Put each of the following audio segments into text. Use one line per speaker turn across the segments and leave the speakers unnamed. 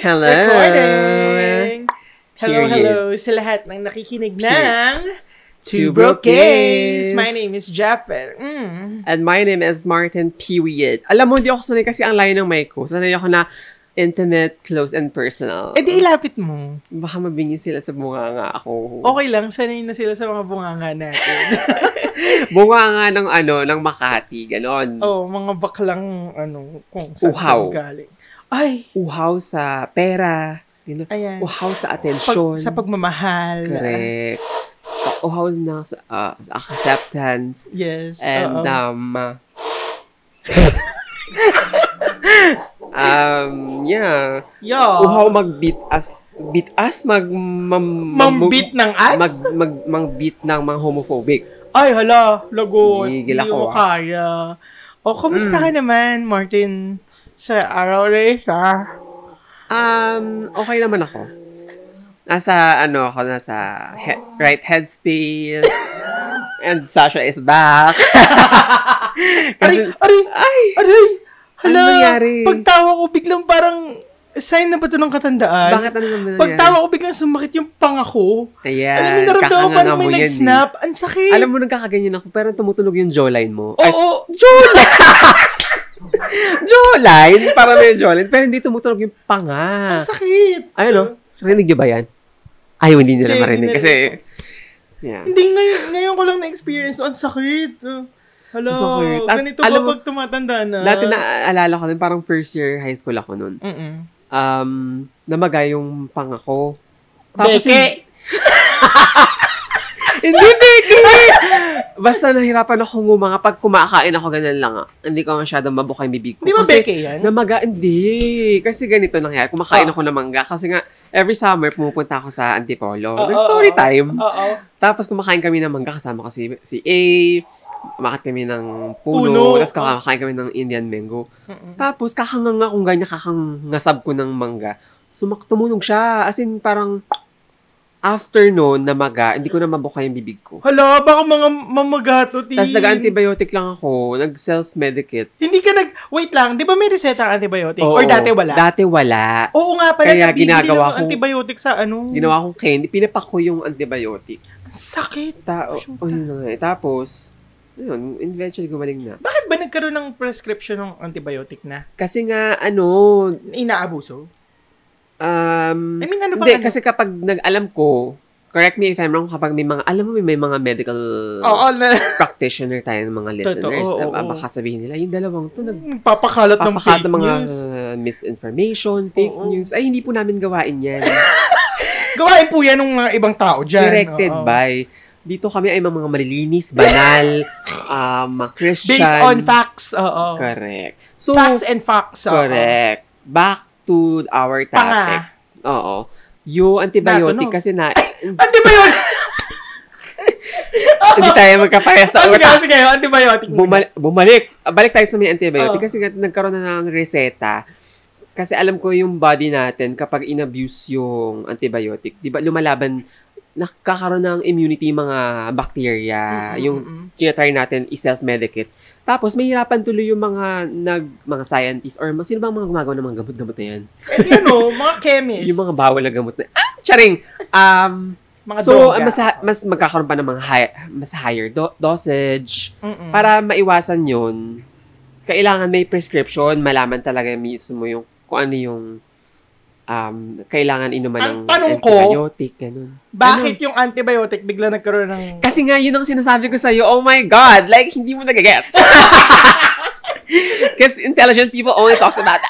Hello.
Recording! Hello,
Period.
hello sa lahat ng nakikinig ng
Two
Two
Broke
Broke
Gays.
Gays. My name is Jaffer. Mm.
And my name is Martin Period. Alam mo, hindi ako sanay kasi ang layo ng mic ko. Sanay ako na intimate, close, and personal.
Eh di ilapit mo.
Baka mabingi sila sa bunga nga ako.
Okay lang, sanay na sila sa mga bunganga natin.
Bunga nga ng ano, ng Makati, ganon.
oh, mga baklang ano, kung saan
Uhaw.
saan galing. Ay,
Uhaw sa pera. Yun,
Ayan.
Uhaw sa
pag,
atensyon.
sa pagmamahal.
Correct. Pa- Uhaw na sa, ah, sa acceptance.
Yes.
And,
oo.
um... um, yeah.
Yo,
uhaw mag-beat as beat as mag mam,
Mambit ng ass?
mag mag mang beat ng mga homophobic.
Ay, hala, lagot.
Hindi, gila
Hindi
ko,
ko kaya. O, kumusta
Mm.
ka naman, Martin? Sa araw na isa?
Um okay naman ako. Nasa ano ako nasa he- right headspace. And Sasha is back. Kasi,
Aray, aray,
ay,
aray. Hala,
Ano nangyari?
pagtawa ko biglang parang sign na ba ito ng katandaan?
bakit ano naman nangyari?
Pagtawa ko biglang sumakit yung pangako.
Ayan,
Alam mo, naramdaman ko
kakanganga
parang may
mo yan eh.
nag-snap. Ang sakit.
Alam mo, nagkakaganyan ako, pero tumutunog yung jawline mo.
Oo,
Ay,
oo.
jawline! jawline? Para may jawline. Pero hindi tumutunog yung panga.
Ang sakit.
Ay, ano? Rinig niyo ba yan? Ay, hindi nila
Hindi,
marinig
hindi
kasi... Yeah.
Hindi, ngayon, ngayon ko lang na-experience. Ang sakit. Hala,
Ang sakit. At
ganito
alam
ba
mo,
pag tumatanda na?
Dati naaalala ko din, parang first year high school ako nun.
Mm-mm.
Um, namaga yung pangako.
Beke.
Hindi, Becky! Basta nahirapan ako ngumanga pag kumakain ako, ganun lang. ah. Hindi ko masyadong mabuka yung bibig ko.
Hindi ba
Kasi
Beke yan?
Namaga, hindi. Kasi ganito nangyari. Kumakain
Ah.
ako ng mangga. Kasi nga, every summer, pumupunta ako sa Antipolo.
Oo,
Nag- story
oo,
time.
Oo.
Tapos kumakain kami ng mangga kasama ko si, si A, umakit kami ng puno,
Puno.
tapos kumakain kami ng Indian mango. Tapos kakanganga kung ganyan, kakangasab ko ng mangga. Sumak, tumunog siya. As in, parang after noon na maga, hindi ko na mabuka yung bibig ko.
Hala, baka mga mamagato din.
Tapos nag-antibiotic lang ako, nag-self-medicate.
Hindi ka nag... Wait lang, di ba may reseta ang antibiotic?
Oo.
Or dati wala? Oh.
Dati wala.
Oo nga pala,
Kaya
nabibili
ginagawa
ng
ko-
antibiotic sa ano.
Ginawa kong candy, pinapako yung antibiotic.
Ang Sakit.
Ta- oh, yun na nga eh. Tapos, yun, eventually gumaling na.
Bakit ba nagkaroon ng prescription ng antibiotic na?
Kasi nga, ano,
Inaabuso?
Um,
I mean, ano ba
hindi,
ano?
kasi kapag nag-alam ko, correct me if I'm wrong, kapag may mga, alam mo, may mga medical
Oo, na,
practitioner tayo ng mga listeners,
Totoo,
diba?
oo.
baka sabihin nila, yung dalawang to,
nagpapakalat ng
nagpapakata
fake
mga
news.
uh, misinformation, fake
Oo.
news. Ay, hindi po namin gawain yan.
Gawain po yan ng mga ibang tao dyan.
Directed
Oo.
by, dito kami ay mga malilinis, banal, um, Christian.
Based on facts. Oo.
Correct. So,
Facts and facts. oo.
Correct. Back to our topic. Oo. Yung antibiotic
Natunog.
kasi na...
Antibiotic!
hindi tayo magkapaya sa
Sige,
utak.
sige, antibiotic.
Bumal- bumalik. Ah, Balik tayo sa may antibiotic
Oo.
kasi nga nagkaroon na ng reseta. Kasi alam ko yung body natin kapag inabuse yung antibiotic, 'di ba lumalaban nakakaroon ng immunity yung mga bacteria,
Mm-mm,
yung
mm-mm.
tinatry natin i-self-medicate. Tapos mahirapan tuloy yung mga nag mga scientists or mga sino bang mga gumagawa ng mga gamot-gamot na yan?
Eh, you know, mga chemist.
Yung mga bawal na gamot na, ah, charing! Um,
mga
so,
droga.
mas, ha- mas magkakaroon pa ng mga hi- mas higher do- dosage. Mm.
Mm-mm.
Para maiwasan yun, kailangan may prescription, malaman talaga mismo yung, kung ano yung um, kailangan
Ang
inuman ng
tanong ko-
antibiotic, ganun. Ano?
Bakit yung antibiotic bigla nagkaroon ng...
Kasi nga, yun ang sinasabi ko sa'yo, oh my God, like, hindi mo nagagets. Because intelligent people only talks about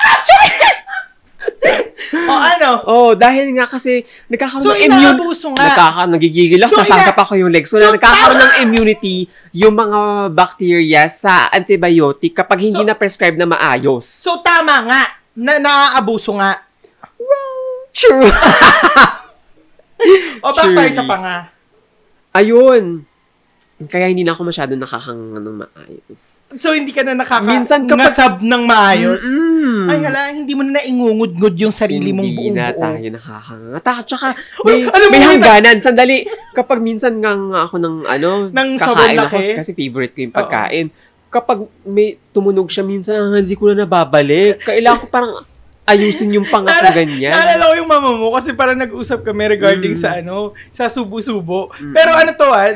o ano?
Oh, dahil nga kasi nagkakaroon
So,
ng immune.
inaabuso nga.
Nagkaka, nagigigil ako,
So, ina-
sasasapa ko yung legs. So,
So,
nagkakaroon ng immunity yung mga bacteria sa antibiotic kapag hindi
So-
na-prescribe na maayos.
So tama nga. Na naaabuso nga.
True.
O back tayo
Surely.
sa panga.
Ayun. Kaya hindi na ako masyado nakakahanga ng maayos.
So hindi ka na nakaka
Minsan kapag-
ngasab ng maayos.
Mm.
Ay hala, hindi mo na naingungudngud yung sarili mong buong
Hindi na
buo.
tayo nakakahanga. Ta- Tsaka, may,
alam mo,
may
may-
hangganan. Sandali. Kapag minsan nga, nga ako ng, ano,
Ng
kakain
sobrang
ako
laki?
kasi favorite ko yung pagkain. Kapag may tumunog siya minsan, ah, hindi ko na nababalik. Kailangan ko parang, ayusin yung pangako
Nala-
ganyan.
Naalala ko yung mama mo kasi parang nag-usap kami regarding
Mm.
sa ano, sa subo-subo. Pero ano to ah,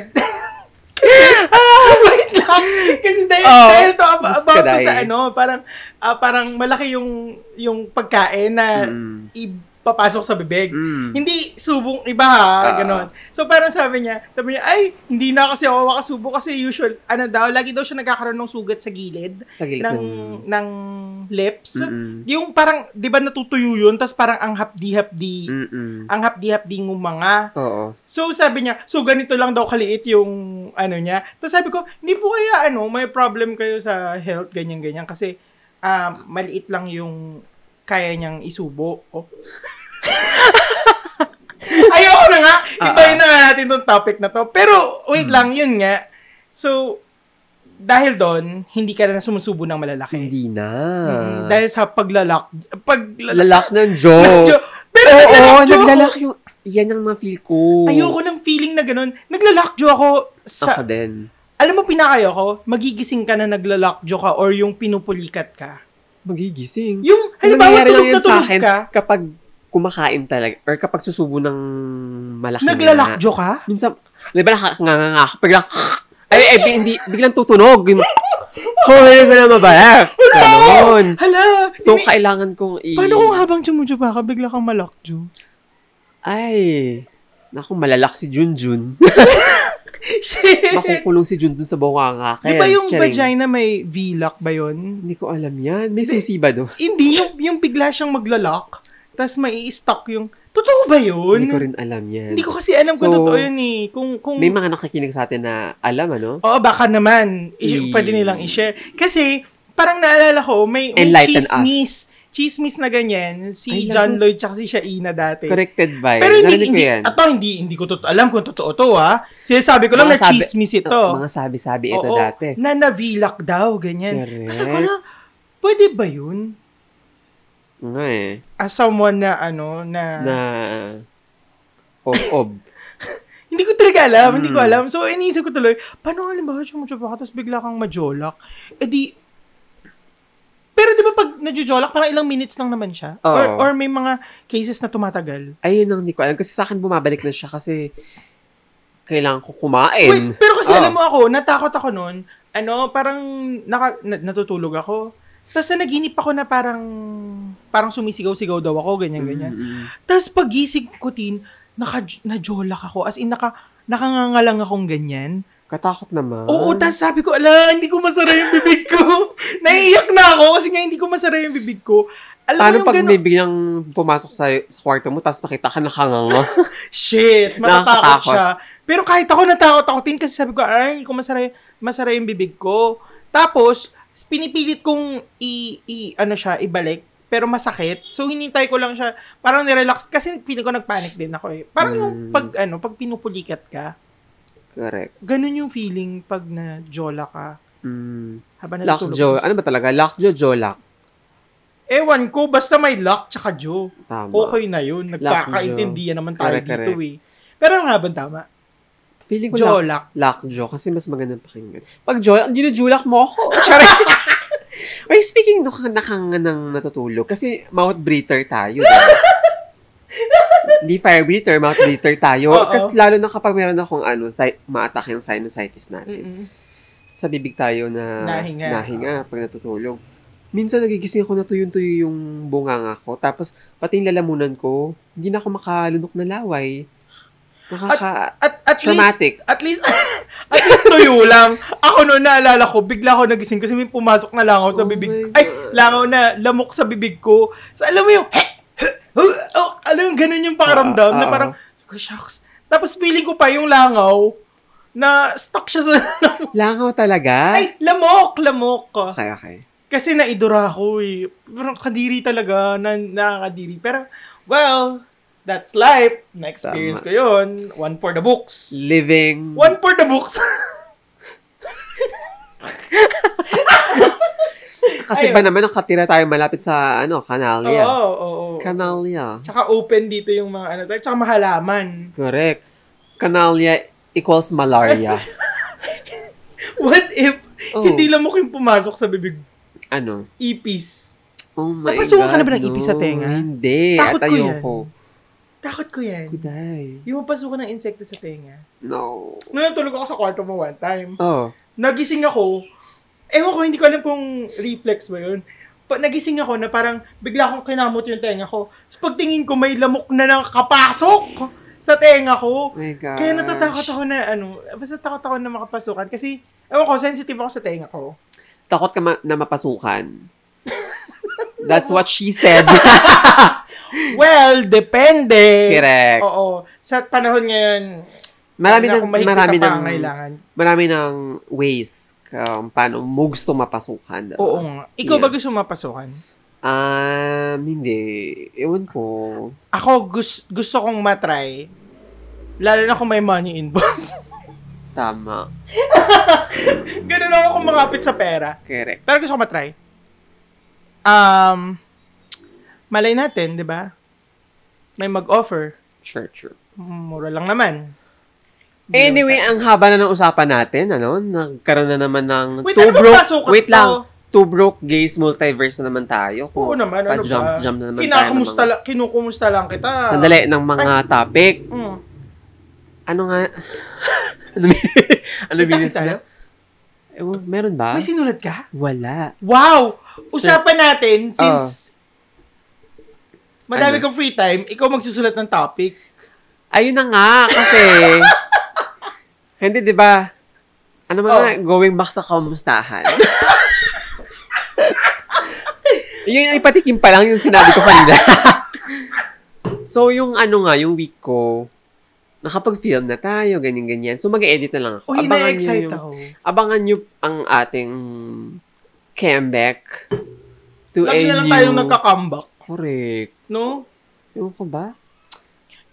kasi dahil,
Oo.
dahil to ab-
Mas
about to
kaday.
sa ano, parang, ah, parang malaki yung, yung pagkain na
Mm.
ipapasok sa bibig.
Mm.
Hindi subong iba ha,
Ah.
ganon. So parang sabi niya, sabi niya, ay, hindi na kasi ako makasubo kasi usual, ano daw, lagi daw siya nagkakaroon ng sugat sa gilid
Sa gilid mm.
ng,
ng-
ng lips.
Mm-mm.
Yung parang, di ba natutuyo yun, tapos parang ang
Mm.
hapdi-hapdi,
Mm-mm.
ang hapdi-hapdi ng mga.
Oo.
So sabi niya, so ganito lang daw kaliit yung ano niya. Tapos sabi ko, hindi po kaya ano, may problem kayo sa health, ganyan-ganyan. Kasi ah, maliit lang yung kaya niyang isubo. Oh. Ayoko na nga.
Ah, Hmm.
Ibahin na nga natin tong topic na to. Pero wait lang, yun nga. So, dahil doon, hindi ka na sumusubo ng malalaki.
Hindi na.
Mm, dahil sa paglalak. Paglalak.
Lalak ng Joe.
Pero
Oo,
naglalakjo ako.
naglalak yung... Yan ang ma-feel ko.
Ayoko ng feeling na ganun. Naglalakjo ako sa...
Ako din.
Alam mo pinakayo ko, magigising ka na naglalakjo ka or yung pinupulikat ka.
Magigising.
Yung,
Ano
halimbawa,
nangyayari
tulog
lang
na
yun sa
tulog
akin
ka,
kapag kumakain talaga or kapag susubo ng malaki
naglalakjo ka?
Na, minsan, di ba nakakanganga ako, biglang, ay, ay, bi- hindi, biglang tutunog. Yung, Hoy, ko na mabalak. Ganon.
Hala!
Hmm. So,
hindi-
kailangan kong i...
paano kung habang tsumutsuma ka, bigla kang malakjo?
Ay, naku, malalak si Junjun.
Shit!
Makukulong si Junjun sa bunganga.
Di
Kaya,
ba yung
sharing.
vagina may V-lock ba yun?
Hindi ko alam yan. May susi ba doon?
Hindi, yung, yung bigla siyang maglalak, tapos may i-stock yung... Totoo ba yun?
Hindi ko rin alam yan.
Hindi ko kasi alam
So,
kung totoo yun eh. Kung, kung...
May mga nakikinig sa atin na alam, ano?
Oo, baka naman.
Mm.
I- Pwede nilang i-share. Kasi, parang naalala ko, may, may
Enlighten us.
chismis. Chismis na ganyan.
Ay,
Si John
naku.
Lloyd tsaka si Shaina dati.
Corrected by.
Pero hindi,
Narinig ko
hindi,
yan.
ato, hindi, hindi ko to, alam kung totoo to, ha? Sinasabi ko lang
Mga
na
sabi-
chismis ito.
Oh, mga sabi-sabi ito
Oo,
dati.
Na navilak daw, ganyan.
Correct.
Kasi ko na, pwede ba yun?
Ano eh.
As someone na, ano, na,
Na... Ob-ob.
hindi ko talaga alam, hindi ko
Mm.
alam. So, iniisip ko tuloy, paano halimbawa sumutsaba ka, tapos bigla kang majolak? Eh di, pero di ba pag najojolak, parang ilang minutes lang naman siya?
Oo.
Or, or may mga cases na tumatagal?
Ayun ang hindi ko alam. Kasi sa akin bumabalik na siya kasi kailangan ko kumain.
Wait, pero kasi
Oh.
alam mo ako, natakot ako noon, ano, parang naka, na- natutulog ako. Tapos na naginip ako na parang, parang sumisigaw-sigaw daw ako, ganyan-ganyan.
Mm-mm.
Tapos pagising ko tin, naka, najolak ako. As in, naka, nakangangalang akong ganyan.
Katakot naman.
Oo, tapos sabi ko, ala, hindi ko masara yung bibig ko. Naiiyak na ako kasi nga hindi ko masara yung bigig ko. Alam
Paano
mo yung
pag
gano'n?
may biglang pumasok sa, sa kwarto mo tapos nakita ka nakanganga?
Shit, matatakot
Nakakatakot.
siya. Pero kahit ako natakot ako din kasi sabi ko, ay, hindi ko masara, masara yung bibig ko. Tapos, pinipilit kong i, i ano siya, ibalik pero masakit. So, hinintay ko lang siya. Parang nirelax. Kasi feeling ko nagpanic din ako eh. Parang yung
Mm.
pag, ano, pag pinupulikat ka,
Correct.
ganun yung feeling pag na jola ka.
Mm.
Habang natutulog
Lockjaw.
ka.
Ano ba talaga? Lockjaw, jolak.
Ewan ko, basta may luck tsaka Joe.
Tama.
Okay na yun. Nagkakaintindihan naman tayo
Correct,
dito
correct.
eh. Pero ang habang tama.
Feeling ko lock,
Jolak.
lockjaw kasi mas magandang pakinggan. Pag jolak, ginujulak mo ako. Charot. Ay, speaking no, nakanga ng natutulog, kasi mouth breather tayo. diba? Hindi fire breather, mouth breather tayo.
Oo.
Kasi lalo na kapag meron akong ano, si- maatake yung sinusitis natin. Sa bibig tayo na
Nahinga.
pag natutulog. Minsan nagigising ako na tuyo-tuyo yung bunganga ko. Tapos, pati yung lalamunan ko, hindi na ako makalunok na laway. Nakaka...
At, at least,
traumatic.
at least, at least tuyo lang. Ako noon naalala ko, bigla ako nagising kasi may pumasok na langaw
Oh
sa bibig
my
ko. Ay,
God.
langaw na lamok sa bibig ko. So, alam mo yung, oh, alam mo, ganun yung pakiramdam
Ah, ah,
na parang, oh, shucks. Tapos feeling ko pa yung langaw na stuck siya sa lamok.
Langaw talaga?
Ay, lamok, lamok.
Okay, okay.
Kasi naidura ako eh. Parang kadiri talaga, na, nakakadiri. Pero, well, that's life. Na-experience
Tama. Mm.
ko yun. One for the books.
Living...
One for the books.
Kasi
Ayun.
ba naman nakatira tayo malapit sa ano, Kanalya.
Oo, oo, oo.
Kanalya.
Tsaka open dito yung mga ano. tayo. Tsaka mahalaman.
Correct. Kanalya equals malaria.
What if
Oh.
hindi lamok yung pumasok sa bibig?
ano?
Ipis.
Oh my
Napasukan
God.
ka na ba ng ipi sa tenga?
no. Hindi.
Takot
at
ko yan.
ayoko.
Takot ko yan.
Skuday.
Yung mapasok ng insekto sa tenga.
No.
Nung natulog ako sa kwarto mo one time,
Oh.
nagising ako, ewan ko, hindi ko alam kung reflex ba yun. Pa, nagising ako na parang bigla akong kinamot yung tenga ko. So, pagtingin ko, may lamok na nakapasok sa tenga ko.
my gosh.
Kaya natatakot ako na ano, basta takot ako na makapasukan kasi, ewan ko, sensitive ako sa tenga ko.
Takot ka ma- na mapasukan. That's what she said.
Well, depende.
Correct.
Oo. Sa panahon ngayon,
Marami
na
ng,
kung Oh, mahigpit na
marami
pa
ng,
ang kailangan.
marami ng ways um, paano mo gusto mapasukan.
Oo nga. Ikaw
Yeah.
ba gusto mapasukan?
Um, hindi. Ewan ko.
Ako gus- gusto kong matry, lalo na kung may money involved.
Tama.
Ganun ako kumakapit sa pera.
Correct.
Pero gusto ko matry. Um, malay natin, di ba? May mag-offer.
Sure, sure.
Mura lang naman.
Anyway, ang haba na ng usapan natin, ano? Nagkaroon na naman ng
Wait,
two
ano ba
broke,
pasukan
wait
to?
lang, two broke gays multiverse na naman tayo. Kung
Oo naman, ano
pa-jump,
ba?
Jump na naman
Kinakumusta
tayo. ng mga-
lang, kinukumusta lang kita.
Sandali, ng mga topic.
Mm.
Ano nga? ano bi- ano
May
bilis
tayo?
na? Ewan, meron ba?
May sinulat ka?
Wala.
Wow! Usapan natin, since madami
Ah. Ano?
kang free time, ikaw magsusulat ng topic.
Ayun na nga, kasi... hindi, di ba? Ano ba
Oh.
nga, going back sa kamustahan. yun, ipatikim pa lang yung sinabi ko kanina. so, yung ano nga, yung week ko, nakapag-film na tayo, ganyan-ganyan. So, mag-edit na lang ako.
Uy,
Abangan niyo
na-excite
yung-
ako.
Abangan nyo ang ating comeback to a
Lagi na lang
new...
tayong nagka-comeback,
Correct.
no?
Ewan ko ba?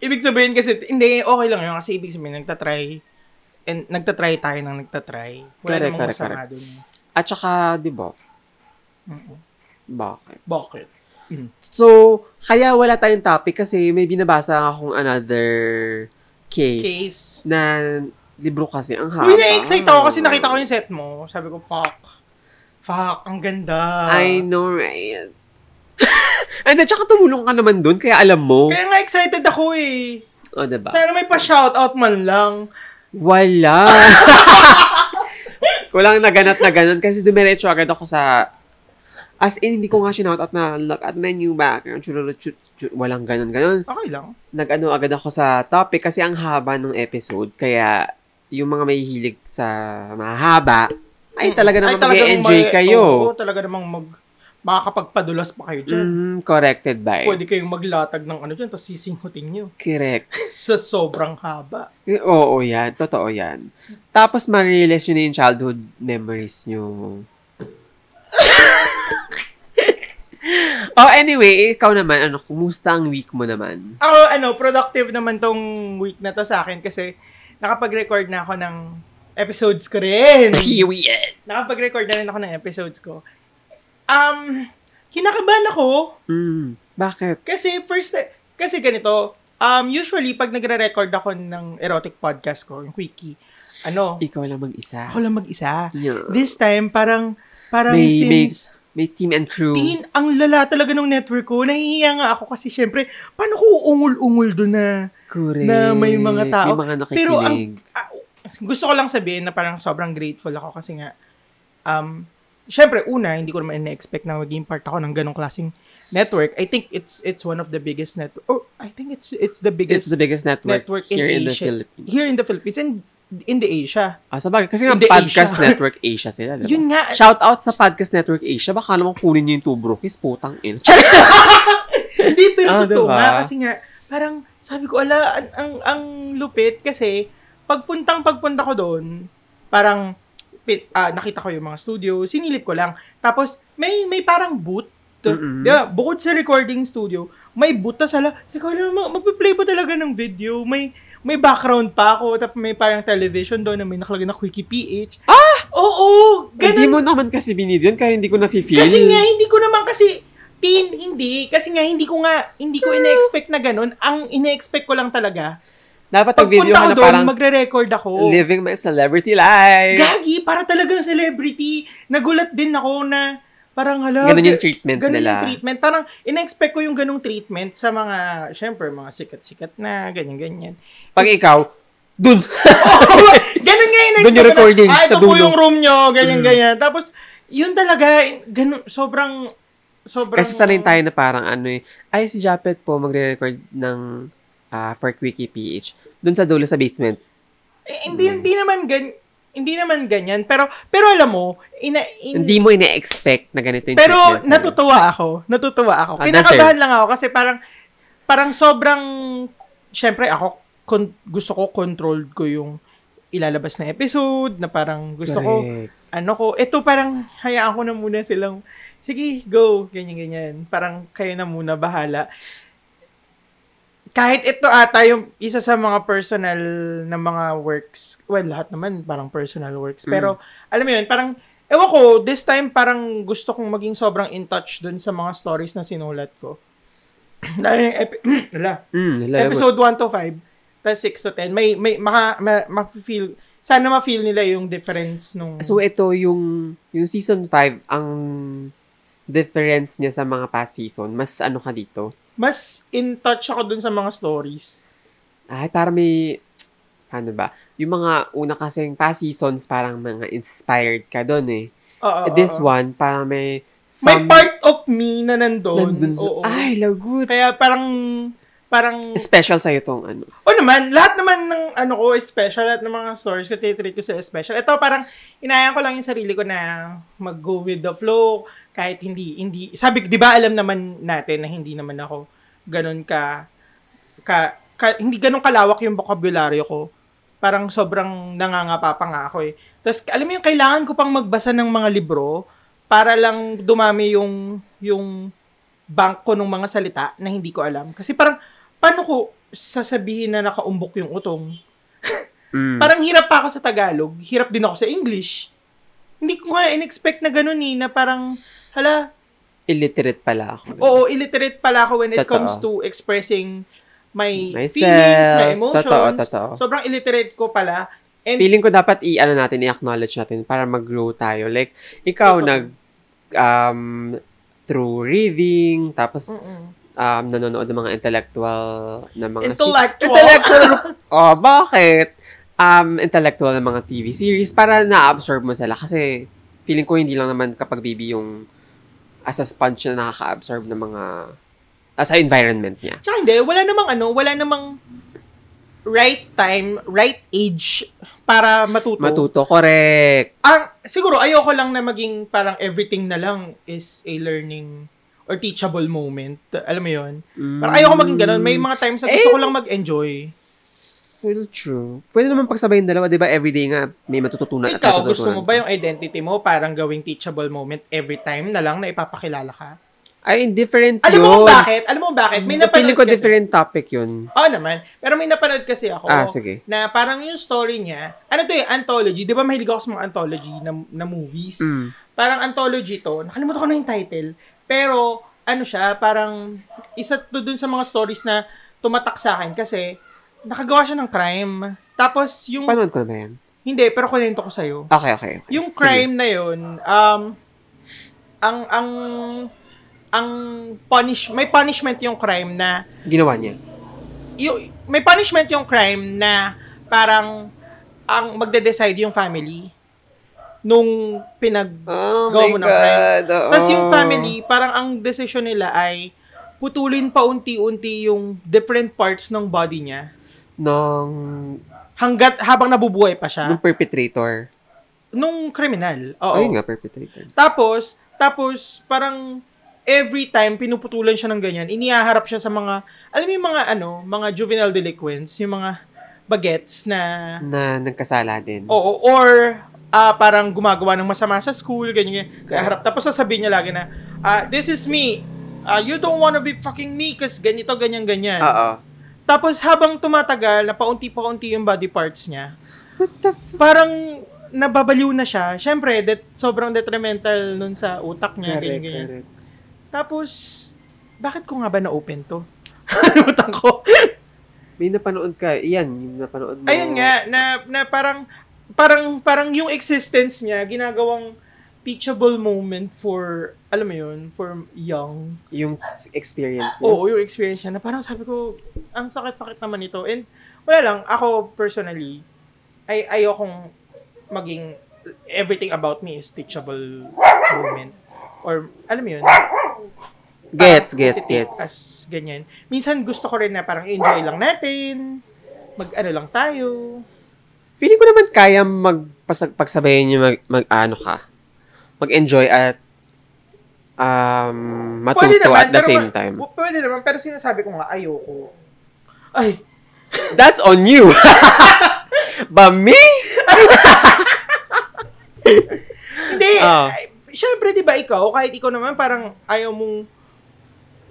Ibig sabihin kasi, hindi, okay lang yun. Kasi ibig sabihin, nagtatry. And nagtatry tayo ng nagtatry. Wala
Correct,
namang
correct,
masama
correct.
dun.
At saka, di ba?
Mm-mm.
Bakit?
Bakit?
So, kaya wala tayong topic kasi may binabasa akong another case,
Case.
na libro kasi. Ang haba.
Uy, na-excite ako
ah.
kasi nakita ko yung set mo. Sabi ko, fuck. Fuck, ang ganda.
I know, right? And then, tsaka tumulong ka naman dun, kaya alam mo.
Ah. Kaya nga excited ako eh.
O, diba?
Sana may pa-shoutout man lang.
Wala. Kulang naganat na ganun kasi dumiretso agad ako sa... As in, hindi ko nga sinout out na look at menu back. Chururu, chu- chu- Walang ganun-ganun.
Okay lang.
nag-ano agad ako sa topic kasi ang haba ng episode. Kaya, yung mga may hilig sa mahaba, ay talaga
Ay,
naman
talagang
mag-enjoy
may-
kayo.
Oo, talaga namang mag... Makakapagpadulas pa kayo dyan.
Mhm, corrected by.
Pwede kayong maglatag ng ano dyan, tapos sisingutin nyo.
Correct.
Sa sobrang haba.
Eh, Oo, yan. Totoo yan. Tapos, ma-realize nyo na yung childhood memories nyo. oh, anyway, ikaw naman, ano, kumusta ang week mo naman?
Ako, ano, productive naman tong week na to sa akin kasi nakapag-record na ako ng episodes ko rin.
Period.
nakapag-record na rin ako ng episodes ko. Um, kinakabahan ako
Mm, bakit?
kasi first, ti- kasi ganito, um, usually pag nagre-record ako ng erotic podcast ko, yung quickie, ano,
Ikaw lang mag-isa.
ako lang mag-isa.
Yeah.
This time, parang, parang
May- may-
since,
May team and crew.
Tin, ang lala talaga ng network ko. Nahihiya nga ako kasi syempre, paano ko uungol-ungol doon na
Correct.
na may mga
May
tao.
mga nakikinig.
Pero ang ah, gusto ko lang sabihin na parang sobrang grateful ako kasi nga um syempre una hindi ko naman ina-expect na maging part ako ng ganong klaseng network. I think it's it's one of the biggest network. Oh, I think it's it's the
it's
biggest
the biggest network,
network in
here in, the
Asia.
Philippines.
here in the Philippines and in the Asia.
Ah, sa bagay. Kasi nga,
In the
Podcast
Asia.
Network Asia sila, diba?
Yun nga.
Shout out sa Podcast Network Asia. Baka naman kunin niyo yung two brokis, putang ina. Charot!
Hindi, pero
Ah,
totoo
diba?
nga. Kasi nga, parang sabi ko, ala, ang, ang, ang lupit kasi pagpuntang pagpunta ko doon, parang pin- ah, nakita ko yung mga studio, sinilip ko lang. Tapos, may may parang boot. To,
Mm-mm.
di ba, bukod sa recording studio, may boot. Tapos, ala, sabi ko, ala, mag- magpa-play ba talaga ng video? May may background pa ako. Tapos, may parang television doon na may nakalagay na Quickie PH. Ah! Oo!
Hindi
Ganun
mo naman kasi binidyon, kaya hindi ko na-feel.
kasi nga, hindi ko naman kasi, tin, hindi. Kasi nga, hindi ko nga, hindi ko ina-expect na ganun. Ang ina-expect ko lang talaga,
Dapat ang video
pagpunta ko
ka na
doon,
parang
magre-record ako.
living my celebrity life.
Gagi, para talagang celebrity. Nagulat din ako na Parang hala.
Ganun yung treatment
ganun
nila.
yung treatment. Parang in-expect ko yung ganung treatment sa mga, syempre, mga sikat-sikat na, ganyan-ganyan.
Pag ikaw, dun!
ganun nga yung
Doon yung recording,
ah, ito
sa
po
dulo." Mm.
yung room nyo, ganyan-ganyan. Tapos, yun talaga, ganun, sobrang, sobrang...
Kasi sanay tayo na parang ano eh. Ay, si Japet po magre-record ng ah, for Quickie PH. Dun sa dulo sa basement. Ano
Eh, hindi, hindi naman gan hindi naman ganyan. Pero, pero alam mo, ina, in-
Hindi mo ina-expect na ganito yung
Pero
treatment sa'yo.
natutuwa ako. Natutuwa ako.
Ah,
Kinakabahan
dancer.
lang ako kasi parang parang sobrang syempre ako kon- gusto ko controlled ko yung ilalabas na episode na parang gusto ko
Correct.
ano ko ito parang hayaan ko na muna silang sige go ganyan ganyan parang kayo na muna bahala kahit ito ata yung isa sa mga personal na mga works, well, lahat naman parang personal works. Pero, alam mo yun, parang, ewan ko, this time parang gusto kong maging sobrang in touch dun sa mga stories na sinulat ko. Lalo yung epi- ala,
Mm, lalaman.
episode 1 to 5, tas 6 to 10, may, may, maka, ma, ma-feel, sana ma-feel nila yung difference nung,
So, ito yung, yung season 5, ang difference niya sa mga past season, mas ano ka dito?
mas in touch ako dun sa mga stories.
Ay, para may, ano ba? Yung mga una kasing past seasons, parang mga inspired ka doon eh.
Oo, oo,
This
oo.
one, parang may
May
some
part of me na nandun.
nandun sa-
oo.
Ay, lagot.
Kaya parang parang
Special sa'yo tong ano.
o naman lahat naman ng ano ko is special lahat ng mga stories ko titreat ko sila special. Ito parang inayang ko lang yung sarili ko na mag-go with the flow kahit hindi hindi sabi 'di ba alam naman natin na hindi naman ako ganun ka ka, ka- hindi ganun kalawak yung vocabulary ko. Parang sobrang nangangapa pa nga ako eh. Tapos alam mo yung kailangan ko pang magbasa ng mga libro para lang dumami yung yung bank ko ng mga salita na hindi ko alam. Kasi parang paano ko sasabihin na nakaumbok yung utong?
Mm.
Parang hirap pa ako sa Tagalog, hirap din ako sa English. Hindi ko nga in-expect na ganun eh, na parang, hala,
Illiterate pala ako.
Oo, illiterate pala ako when it
Totoo.
comes to expressing my
Myself.
feelings, my emotions.
Totoo, totoo.
Sobrang illiterate ko pala. And
Feeling ko dapat i-ano natin, i-acknowledge natin para mag-grow tayo. Like, ikaw
Totoo.
nag, um, through reading, tapos,
Mm-mm.
um, nanonood ng mga intellectual na mga... si-
Intellectual.
intellectual. oh, bakit? Um, intellectual na mga TV series para na-absorb mo sila. Kasi, feeling ko hindi lang naman kapag baby yung as a sponge na nakaka-absorb ng mga as a environment niya.
Tsaka hindi, wala namang ano, wala namang right time, right age para matuto.
Matuto, correct.
Ang, siguro, ayoko lang na maging parang everything na lang is a learning or teachable moment. Alam mo yun? Parang ayoko maging ganun. May mga times na gusto
Eh,
ko lang mag-enjoy.
Well, true. Pwede naman pagsabayin dalawa, di ba? Everyday nga, may matututunan at
Ikaw, gusto mo
natututunan.
ba yung identity mo parang gawing teachable moment every time na lang na ipapakilala ka?
Ay, different
Alam mo
yun.
kung bakit? Alam mo kung bakit? May napanood
Feeling ko
kasi-
different topic yun.
Oo naman. Pero may napanood kasi ako
Ah, sige.
na parang yung story niya, ano to yung anthology, di ba mahilig ako sa mga anthology na, na movies?
Mm.
Parang anthology to, nakalimutan ko na yung title, pero ano siya, parang isa to dun sa mga stories na tumatak sa akin kasi nakagawa siya ng crime. Tapos yung,
Panood ko na ba yan?
hindi, pero kunento ko sa'yo.
Okay, okay. okay.
Yung
Sige.
crime na yun, um, ang, ang, ang punish, may punishment yung crime na,
Ginawa niya.
yung, may punishment yung crime na parang ang magde-decide yung family nung pinag
Oh
Gawa my mo ng crime. Tapos yung family, parang ang decision nila ay putulin pa unti-unti yung different parts ng body niya
Nung,
hanggat habang nabubuhay pa siya
nung perpetrator.
nung kriminal. Ah. Oo.
Ayun nga, perpetrator.
Tapos, tapos, parang every time pinuputulan siya ng ganyan, inihaharap siya sa mga, alam mo yung mga ano, mga juvenile delinquents, yung mga bagets na,
Na nagkasala din.
oo, or ah, parang gumagawa ng masama sa school, ganyan, ganyan. Kaya harap. Tapos sasabihin niya lagi na, ah, this is me, Ah, you don't wanna be fucking me kasi ganito, ganyan, ganyan.
Oo.
Tapos habang tumatagal, na paunti-paunti yung body parts niya,
What the f-
parang nababaliw na siya. Siyempre, det- sobrang detrimental nun sa utak niya.
Correct,
ganyan, ganyan.
correct.
Tapos, bakit ko nga ba na-open to? Nakalimutan ko.
May napanood ka. Iyan, yung napanood mo.
Ayun nga, na, na parang, parang, parang yung existence niya, ginagawang, teachable moment for, alam mo yun, for young.
Yung s- experience niya.
Oo, yung experience niya na parang sabi ko, ang sakit-sakit naman ito. And wala lang, ako personally, ay ayokong maging everything about me is teachable moment. Or, alam mo yun,
Gets, gets,
Titik
gets.
As ganyan. Minsan gusto ko rin na parang enjoy lang natin. Mag ano lang tayo.
Feeling ko naman kaya magpagsabayin yung mag, mag ano ka. Mag-enjoy at um, matuto at the
pero
same
ma-
time.
w- Pwede naman, pero sinasabi ko nga, ayoko. Ay,
That's on you! But me?
hindi.
Ah.
Ay, Siyempre, di ba ikaw, kahit ikaw naman, parang ayaw mong,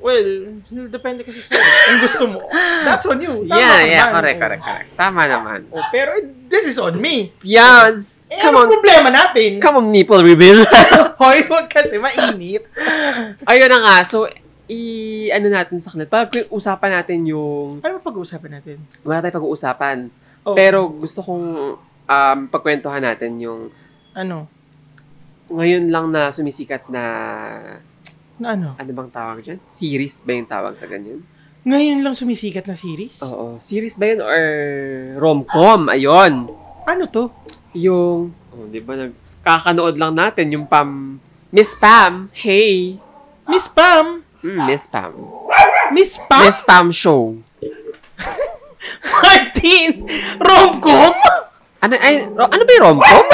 well, depende kasi sa'yo. Ang gusto mo. That's on you. Tama
yeah,
ka
yeah. Correct,
naman. Oh.
correct, correct. Tama naman.
Oh, pero eh, this is on me.
Yes!
Eh,
Come on,
anong problema natin?
come on, nipple reveal.
Hoy, huwag kasi mainit.
Ayun na nga. So, i ano natin sa kanil. Pag usapan natin yung
Ano ba pag-uusapan natin?
wala tayong pag-uusapan.
Oh,
Pero gusto kong um, pagkwentuhan natin yung
ano?
ngayon lang na sumisikat na
Na ano?
ano bang tawag dyan? Series ba yung tawag sa ganyan?
Ngayon lang sumisikat na series?
Oo. Series ba yun or rom-com? Ayun.
Ano to?
Yung, oh, di ba nag, kakanood lang natin yung pam, Miss Pam, hey!
Miss Pam!
Mm, Miss Pam.
Miss Pam
Miss Pam show.
Martin! Romcom?
Ano, ay, ro- ano ba yung rom-com?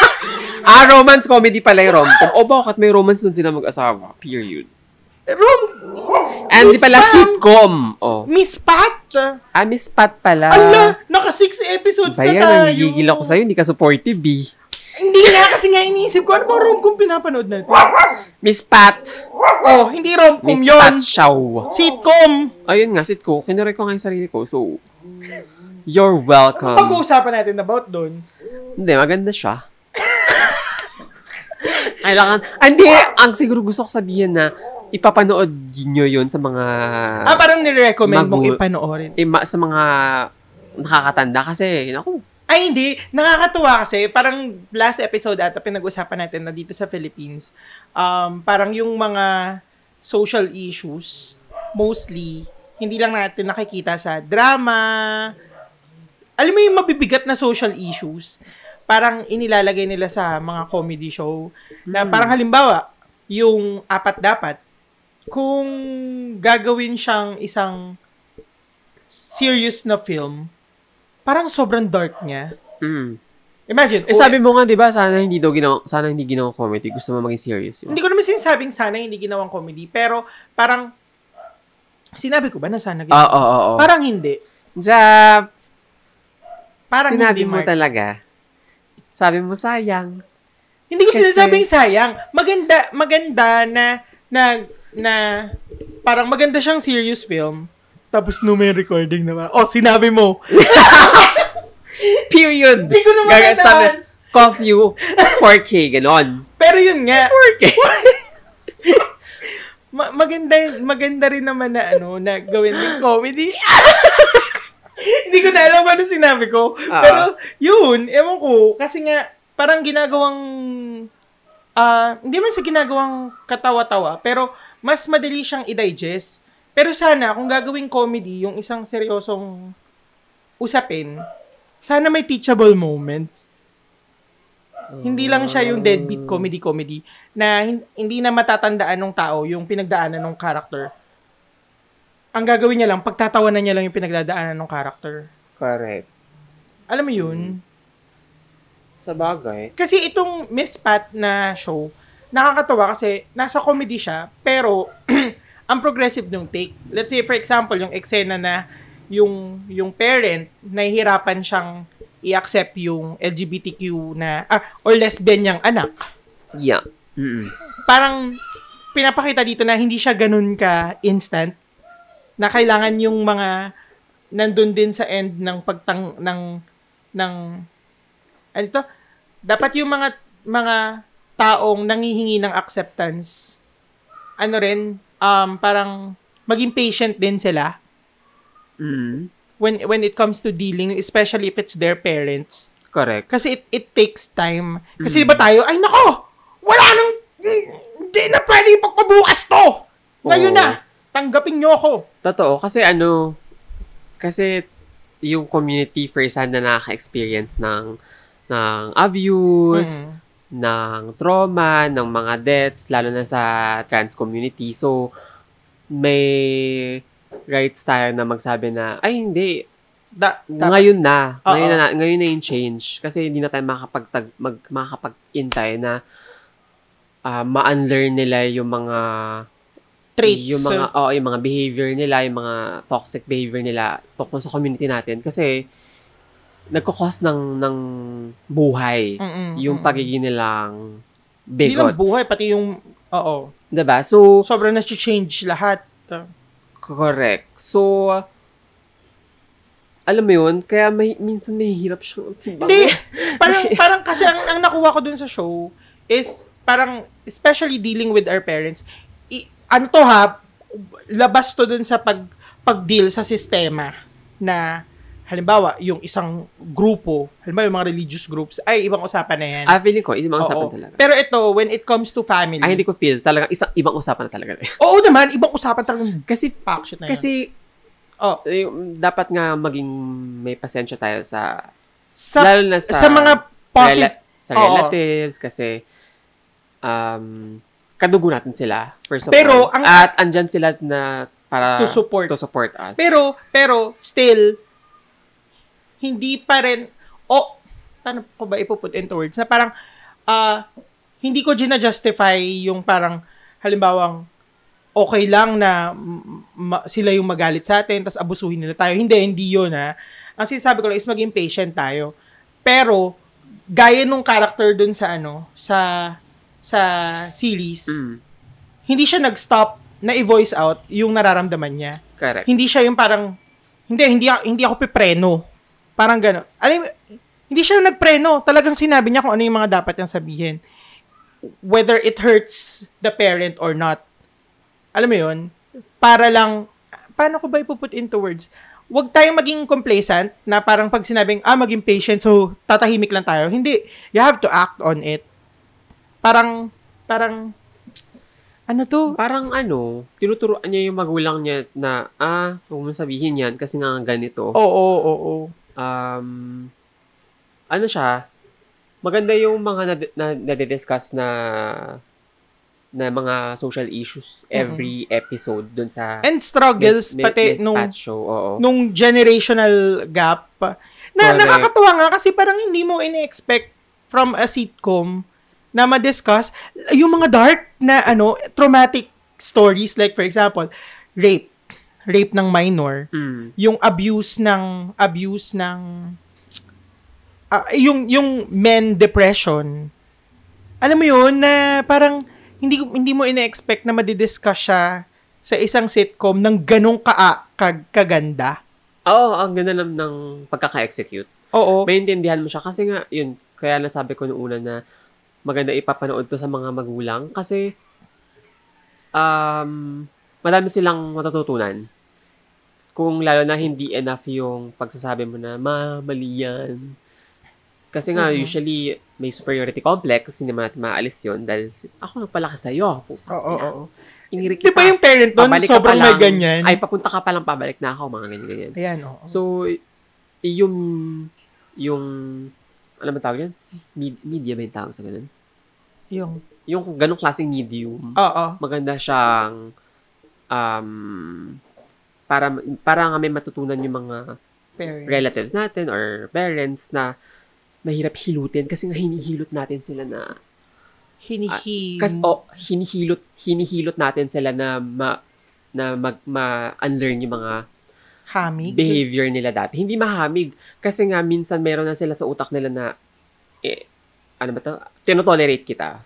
ah, romance comedy pala yung rom-com. O bakit may romance dun sila mag-asawa? Period.
Rom...
And di
Miss
pala
Pam!
sitcom. Oh.
Miss Pat?
Ah, Miss Pat pala.
Ala, naka six episodes
Bayan,
na tayo.
nanggigil ako sa'yo. Hindi ka supportive, eh.
Hindi nga kasi nga iniisip ko, ano ba romcom pinapanood natin?
Miss Pat.
Oh, hindi romcom
Miss
yon.
Pat Shaw.
Sitcom.
Ayun nga, sit ko. Kinurek ko nga yung sarili ko. So, you're welcome.
Pag-uusapan natin about doon.
Hindi, maganda siya. Kailangan. ah, Hindi, ang siguro gusto ko sabihin na ipapanood nyo yun sa mga...
ah, parang nirecommend mong
magu-
ipanoorin.
ima- sa mga nakakatanda kasi, naku,
Ay, hindi. Nakakatuwa kasi, parang last episode ata, pinag-usapan natin na dito sa Philippines, um, parang yung mga social issues, mostly, hindi lang natin nakikita sa drama. Alam mo yung mabibigat na social issues, parang inilalagay nila sa mga comedy show. Na parang halimbawa, yung apat dapat, kung gagawin siyang isang serious na film, parang sobrang dark niya.
mm.
Imagine, oh,
Eh, sabi mo nga, di ba, sana hindi daw ginawa, sana hindi ginawa comedy. Gusto mo maging serious yun.
hindi ko naman sinasabing sana hindi ginawang comedy, pero parang, sinabi ko ba na
Ah, Oo,
sana ginawa?
oo, oo.
Parang hindi.
Jab,
Parang
sinabi
hindi,
mo
Mark.
talaga. Sabi mo, sayang.
Hindi ko
Kasi-
sinasabing sayang. Maganda, maganda na, na, na, parang maganda siyang serious film. Tapos no may recording na parang, oh, sinabi mo.
Period.
Hindi ko naman
Gaga-
alam.
sabi, Call you 4K, ganon.
Pero yun nga,
4K?
ma- maganda, maganda rin naman na, ano, na gawin ng comedy. Hindi ko na alam ano sinabi ko.
Ah.
Pero, yun, ewan ko. Kasi nga, parang ginagawang, ah, hindi man sa ginagawang katawa-tawa, pero mas madali siyang i-digest. Pero sana, kung gagawing comedy, yung isang seryosong usapin, sana may teachable moments. Hindi lang siya yung deadbeat comedy-comedy na hin- hindi na matatandaan ng tao yung pinagdaanan ng character. Ang gagawin niya lang, pagtatawanan niya lang yung pinagdadaanan ng character.
Correct.
Alam mo yun?
Sa bagay.
Kasi itong Miss Pat na show, nakakatawa kasi nasa comedy siya, pero ang progressive nung take. Let's say, for example, yung eksena na yung, yung parent, nahihirapan siyang i-accept yung LGBTQ na, ah, or lesbian niyang anak.
Yeah. Mm-mm.
Parang pinapakita dito na hindi siya ganun ka instant, na kailangan yung mga nandun din sa end ng pagtang ng ng ano to? Dapat yung mga mga taong nangihingi ng acceptance ano rin um parang maging patient din sila
Mm.
when when it comes to dealing especially if it's their parents
Correct. Mm.
kasi it it takes time kasi di ba tayo ay nako wala nang, hindi na pwede ipagpabukas to. Ngayon
Oo.
na, tanggapin nyo ako.
Totoo, kasi ano, kasi yung community first hand na nakaka-experience ng ng abuse,
Mm.
ng trauma, ng mga deaths, lalo na sa trans community. So, may rights tayo na magsabi na, ay hindi,
Da, da-
ngayon na.
Oo.
Ngayon na, na- ngayon na yung change. Kasi hindi na tayo makakapagtag, mag, makakapag-intay na ah, ma-unlearn nila yung mga
traits.
yung mga oo, yung mga behavior nila, yung mga toxic behavior nila tungkol sa community natin kasi nagko-cause ng ng buhay
Mm-mm,
yung
mm-mm.
pagiging nilang
Hindi lang
bigots.
buhay, pati yung, oo.
'Di ba? So
Sobrang nasi-change lahat.
correct. So alam mo yun, kaya may, minsan may hirap siyang timbang.
Hindi, parang, parang kasi ang, ang nakuha ko dun sa show is parang, especially dealing with our parents, i- ano to ha, labas to dun sa pag, pag-deal sa sistema na, halimbawa, yung isang grupo, halimbawa yung mga religious groups, ay, ibang usapan na yan.
Ah, feeling ko, ibang
Oo.
usapan talaga.
Pero ito, when it comes to family,
Ay, hindi ko feel. Talagang isang ibang usapan na talaga.
oo naman, ibang usapan talagang
kasi,
fuck shit na yun.
kasi,
oh,
eh, dapat nga maging may pasensya tayo sa,
sa,
lalo na sa,
sa mga positive,
rela- sa
Oo.
relatives kasi um kadugo natin sila first of all.
Pero, ang-
at andyan sila na para
To support.
to support us.
Pero, pero, still, hindi pa rin, o, oh, paano ko ba ipuput into words? Na parang, ah, hindi ko gina-justify yung parang, halimbawang, okay lang na mm, ma- sila yung magalit sa atin, tapos abusuhin nila tayo. Hindi, hindi yun, ha? Ang sinasabi ko lang is maging patient tayo. Pero, gaya nung character dun sa ano, sa sa series,
Mm,
hindi siya nag-stop na i-voice out yung nararamdaman niya
correct.
hindi siya yung parang hindi hindi ako- hindi ako pipreno. Parang gano'n. Alam mo, hindi siya yung nagpreno. Talagang sinabi niya kung ano yung mga dapat niyang sabihin. Whether it hurts the parent or not. Alam mo yun? Para lang, paano ko ba ipuput into words? Huwag tayong maging complacent na parang pag sinabing, ah, maging patient, so tatahimik lang tayo. Hindi. You have to act on it. Parang, parang, ano to?
Parang ano, tinuturuan niya yung magulang niya na, ah, huwag mo sabihin yan kasi nga ganito.
Oo, oo, oo.
Um, ano siya, maganda yung mga na, na, nadidiscuss na na mga social issues every episode dun sa
Mm-hmm. And struggles,
Miss-
pati
Miss
nung,
Pat show. Oo.
nung generational gap. Na
Correct.
nakakatuwa nga kasi parang hindi mo ini-expect from a sitcom na ma-discuss yung mga dark na ano traumatic stories like for example rape rape ng minor
Mm.
yung abuse ng abuse ng ah, yung yung men depression alam mo yun na parang hindi ko- hindi mo ina-expect na madidiscuss siya sa isang sitcom ng ganong ka, ka kaganda
Oo, ang ganda lang ng pagkaka-execute.
oo
Maintindihan mo siya kasi nga, yun, kaya nasabi ko noong una na maganda ipapanood to sa mga magulang kasi um, madami silang matututunan. Kung lalo na hindi enough yung pagsasabi mo na, ma, mali yan. Kasi nga,
Mm-hmm.
usually, may superiority complex, hindi naman natin maalis yun dahil si- ako nagpalaki sa'yo. Puta
oo oo,
ka na.
oo.
Inirikit
Di ba
pa.
yung parent doon,
Pabalik ka pa
sobrang may
lang.
ganyan?
Ay, papunta ka pa lang, pabalik na ako, mga ganyan-ganyan.
Ayan, oo.
So, y- yung, yung, alam mo tawag yan? Med- media ba yung tawag sa ganun?
yung,
Yung ganong klaseng medium,
oo.
maganda siyang, um, para, para nga may matutunan yung mga
Parent.
relatives natin or parents na mahirap hilutin kasi nga hinihilot natin sila na
Hinihim.
kasi oh, hinihilot hinihilot natin sila na ma, na mag ma-unlearn yung mga
hamig.
behavior nila dati. Hindi mahamig. Kasi nga, minsan meron na sila sa utak nila na, eh, ano ba to? Tinotolerate kita.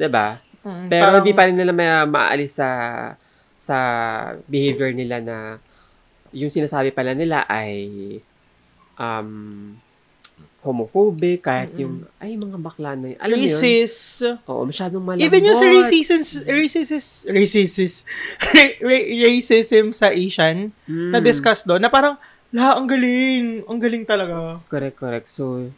'Di ba?
Mm,
Pero
parang-
hindi pa rin nila ma- maalis sa, sa behavior nila na yung sinasabi pala nila ay um, homophobic, kahit yung, ay, mga bakla na yun. Alam niyo yun?
Racist.
Oo, masyadong malambot.
Even yung sa racism,
mm.
racism, racism, ra- ra- racism sa Asian,
Mm.
na-discuss doon, na parang, la, ang galing, ang galing talaga.
Correct, correct. So,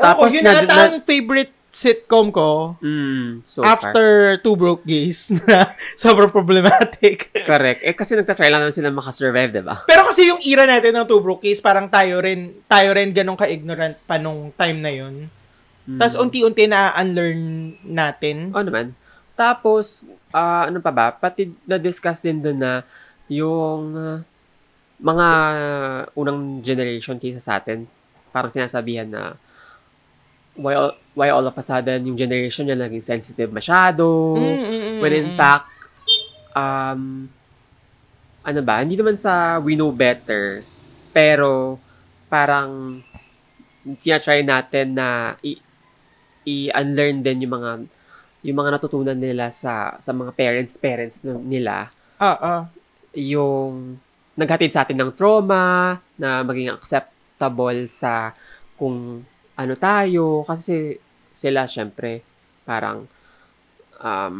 Tapos,
tapos
yun
na,
ata
na-
ang favorite sitcom ko
Mm, so far.
after Two Broke Gays na sobrang problematic.
Correct. Eh, kasi nagtatry lang naman sila makasurvive, di ba?
Pero kasi yung era natin ng Two Broke Gays, parang tayo rin, tayo rin ganun ka-ignorant pa nung time na yun. Tapos unti-unti na-unlearn natin.
Mm. Oo naman. Tapos, ah, ano pa ba? Pati na-discuss din doon na yung ah, mga unang generation kaysa sa atin, parang sinasabihan na why all, why all of a sudden yung generation niya naging sensitive masyado.
Mm, mm, mm,
When in
mm.
fact, um, ano ba, hindi naman sa we know better, pero parang tinatry natin na i- i-unlearn din yung mga yung mga natutunan nila sa sa mga parents parents nila
Ah, ah.
yung naghatid sa atin ng trauma na maging acceptable sa kung ano tayo kasi sila syempre parang um,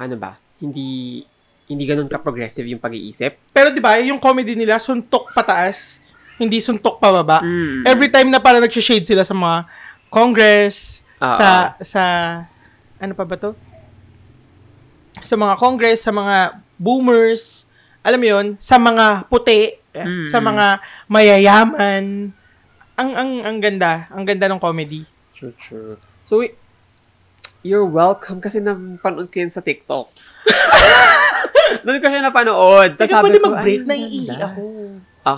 ano ba hindi hindi ganun ka progressive yung pag-iisip
Pero di ba, yung comedy nila, suntok pataas, hindi suntok pababa.
Mm.
Every time na parang nagsishade sila sa mga Congress,
Ah,
sa, sa, ano pa ba to? Sa mga Congress, sa mga boomers, alam mo yun, sa mga puti, eh,
Mm,
sa
mm.
mga mayayaman. Ang, ang, ang ganda, ang ganda ng comedy.
true true so we- you're welcome kasi napanood ko yun sa TikTok doon ko siya napanood
Hindi
Tapos
ka
sabi
pwede
ko,
mag-break,
ay,
naiihi
ganda.
ako.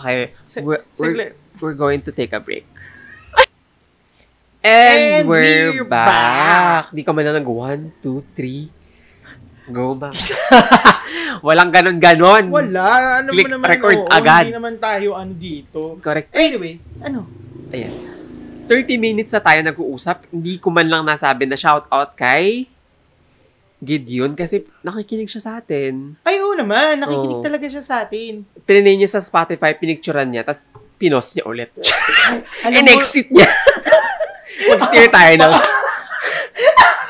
Okay.
Se-
we're, we're,
saglit.
we're going to take a break. And,
And
we're,
we're
back. Di ka man lang nag one, two, three. Go back. Walang ganon-ganon.
Wala, ano
Click
mo naman,
record
oo,
agad. Eh,
hindi naman tayo ano dito.
Correct.
Anyway, ano?
Ayan. 30 minutes na tayo nag-uusap. Hindi ko man lang nasabi na shoutout kay Gideon kasi nakikinig siya sa atin.
Ay, oo naman, nakikinig
Oo.
talaga siya sa atin.
Pinanay niya sa Spotify, pinicturan niya, tapos pinos niya ulit.
Alam
And
mo-
exit niya. Mag-steer tayo ng...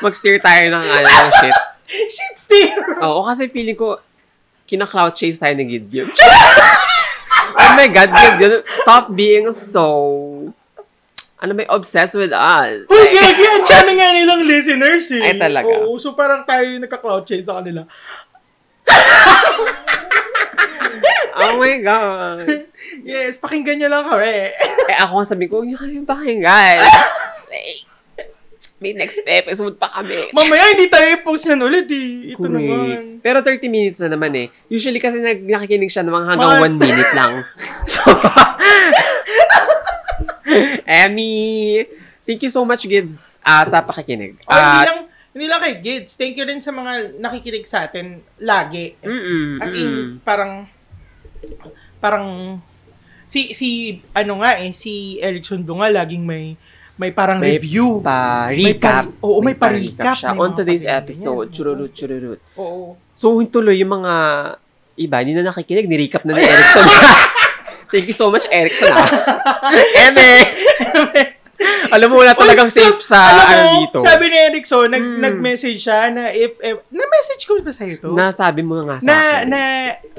Mag-steer tayo ng ano, ng shit.
Shit, Steve!
Oo, kasi feeling ko, kina-cloud chase tayo ni Gideon. oh my God, Gideon, stop being so... Ano may obsessed with us.
Uy, gagi! Ang dami nga nilang listeners
Ay,
eh.
talaga.
Oo, so parang tayo yung nagka-cloud shade sa kanila.
Oh my God.
Yes, pakinggan nyo lang kami.
Eh, ako sabi ko, hindi kami pakinggan. Like, may next episode pa kami.
Mamaya hindi tayo i-post yan ulit eh. Ito
Correct.
naman.
Pero 30 minutes na naman eh. Usually kasi nag- nakikinig siya ng mga hanggang 1
Mga-
minute lang. So, Emmy, thank you so much, kids, ah, sa pakikinig. Ah,
Oh, hindi,
At,
lang, hindi lang kay Gids. Thank you rin sa mga nakikinig sa atin lagi.
mm-mm,
As
mm-mm.
in, parang, parang, si, si, ano nga eh, si Erickson Dunga laging may, may parang
May
review.
pa-recap.
May pari- oo, may pa-recap.
siya
May
on
mga
today's
pa-ganyan.
episode. Chururut, chururut.
Oo.
So, tuloy yung mga iba, hindi na nakikinig, nirecap na ni Erickson. Thank you so much, Erickson, ah. Eme! Alam mo, wala talagang
Uy,
safe sa,
alam mo,
ano dito.
Sabi ni Erickson, nag,
Mm.
nag-message siya na if, if na-message ko ba sa'yo to?
Nasabi mo nga sa
na,
akin.
na,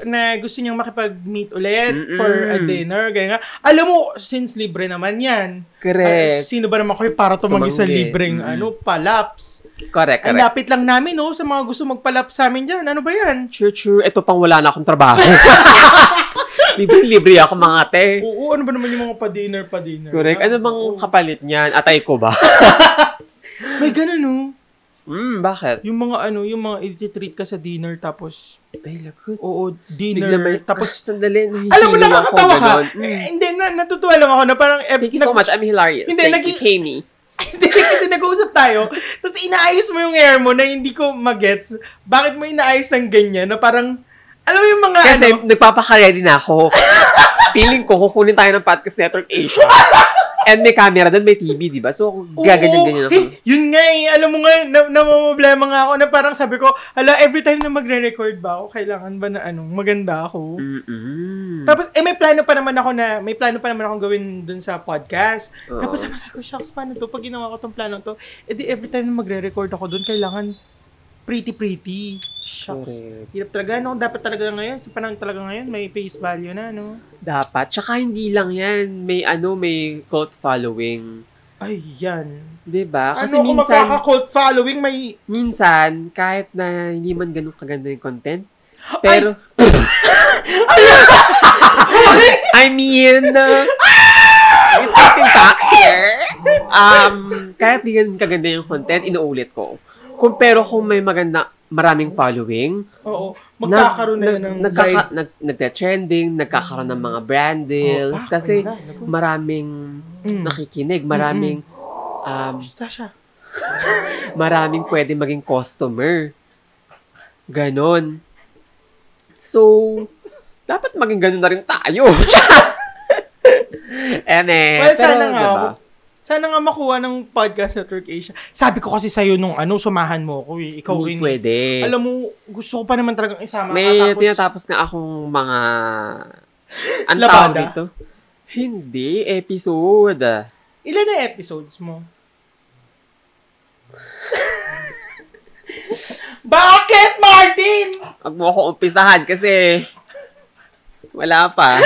na gusto niyang makipag-meet ulit
Mm-mm.
for a dinner, ganyan nga. Alam mo, since libre naman yan, ah,
correct.
sino ba naman kayo para tumanggi sa
Tumanggi.
libreng,
Mm.
ano, palaps.
correct,
Ang
correct.
lapit lang namin, no, sa mga gusto magpalaps sa amin dyan. Ano ba yan?
Sure, sure. Ito pang wala na akong trabaho. Libre-libre ako, mga te.
Oo, ano ba naman yung mga pa-dinner, pa-dinner?
Correct. Ano bang
Oo.
kapalit niyan? Atay ko ba?
May ganun, no?
Hmm, bakit?
Yung mga, ano, yung mga ititreat ka sa dinner, tapos,
Ay, lagot.
oo, dinner,
Bigla may... Tapos,
tapos
sandali,
Alam mo,
nahihilo ako,
nakakatawa ka.
ganon. Mm.
Eh, hindi, na, natutuwa lang ako na parang... Eh,
Hmm. Thank you so much. I'm hilarious.
Hindi,
Thank you, E.
naging-
Kami.
Hindi, kasi nag-uusap tayo. Tapos inaayos mo yung air mo na hindi ko magets. Bakit mo inaayos ng ganyan na parang... Alam mo yung mga
Kasi
ano...
nagpapakaredy na ako. Feeling ko, kukunin tayo ng Podcast Network Asia. And may camera doon, may TV, di ba? So,
oo,
gaganyan-ganyan ako.
eh, yun nga eh. Alam mo nga, na, namamblema nga ako na parang sabi ko, ala, every time na magre-record ba ako, kailangan ba na anong maganda ako?
Mm-mm.
Tapos, eh, may plano pa naman ako na, may plano pa naman akong gawin dun sa podcast.
Oo.
Tapos, sabi ko, shucks, paano to? Pag ginawa ko tong plano to, eh di every time na magre-record ako dun, kailangan pretty-pretty. Shucks.
Correct.
Hirap talaga, no? Dapat talaga ngayon, sa panahon talaga ngayon, may face value na, no?
Dapat. Tsaka hindi lang yan. May ano, may cult following.
Ay, yan.
Diba? Kasi
ano, kung
minsan,
magkaka-cult following, may...
minsan, kahit na hindi man ganun kaganda yung content, pero, I mean, uh, we're starting facts here. Um, kahit di ganun kaganda yung content, inuulit ko. Kung pero kung may maganda, maraming following,
Oo. Magkakaroon
nag-
na, yun ng
nagkaka,
live.
nag, nagte-trending, nagkakaroon ng mga brand deals,
Oh, ah,
kasi
ayun na, naku.
maraming
Mm.
nakikinig, maraming um,
Sasha.
maraming pwede maging customer. Ganon. So, dapat maging ganon na rin tayo. Eme. pero,
Well, sana nga
diba?
ako- Sana nga makuha ng podcast Network Asia. Sabi ko kasi sa'yo nung ano, sumahan mo ako eh. Ikaw
Hindi
rin. eh.
pwede.
Alam mo, gusto ko pa naman talagang isama
May
ka. Tapos,
tinatapos nga akong mga... Ang
Labada?
tawag dito? Hindi, episode.
ilan na episodes mo? Bakit, Martin?
Huwag mo ako umpisahan kasi wala pa.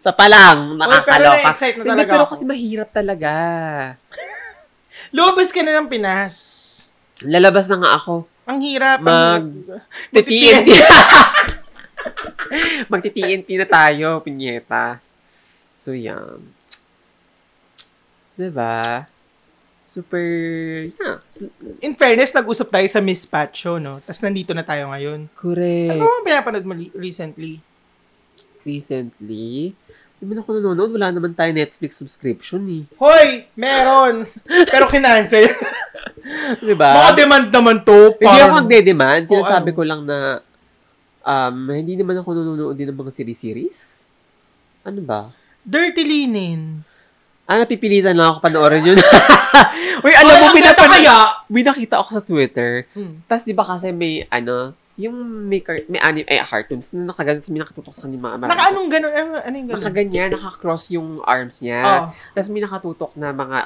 Sa pa lang,
pero
nakakaloka.
na-excite na
Hindi,
talaga
pero
ako.
kasi mahirap talaga.
Lumabas ka na ng Pinas.
Lalabas na nga ako.
Ang hirap. ang-
Mag- T-TNT. Magti-TNT na tayo, pinyeta. So, yan. Diba? Super, yeah. su-
In fairness, nag-usap tayo sa Miss Pacho, no? Tapos nandito na tayo ngayon. Ano
Correct.
ang pinapanood mo li- recently?
Recently, hindi man ako nanonood. Wala naman tayo Netflix subscription eh.
Hoy! Meron! Pero kinansel. Baka
Diba?
demand naman to.
Hindi ako
parang-
nagde-demand.
Oo,
Sinasabi
ano?
ko lang na um, hindi naman ako nanonood din ng mga series-series. Ano ba?
Dirty Linen.
Ah, napipilitan lang ako panoorin yun. Uy, alam mo,
Walang
pinapanood.
Oh, kaya.
May nakita ako sa Twitter.
Hmm.
Tapos di ba kasi may ano, yung may, car- may anim, ay, cartoons na nakaganyan sa may nakatutok sa kanya mga
Naka anong ganun? Ano, ano yung ganun?
Nakaganyan, nakakross yung arms
Oo.
niya. Tapos may nakatutok na mga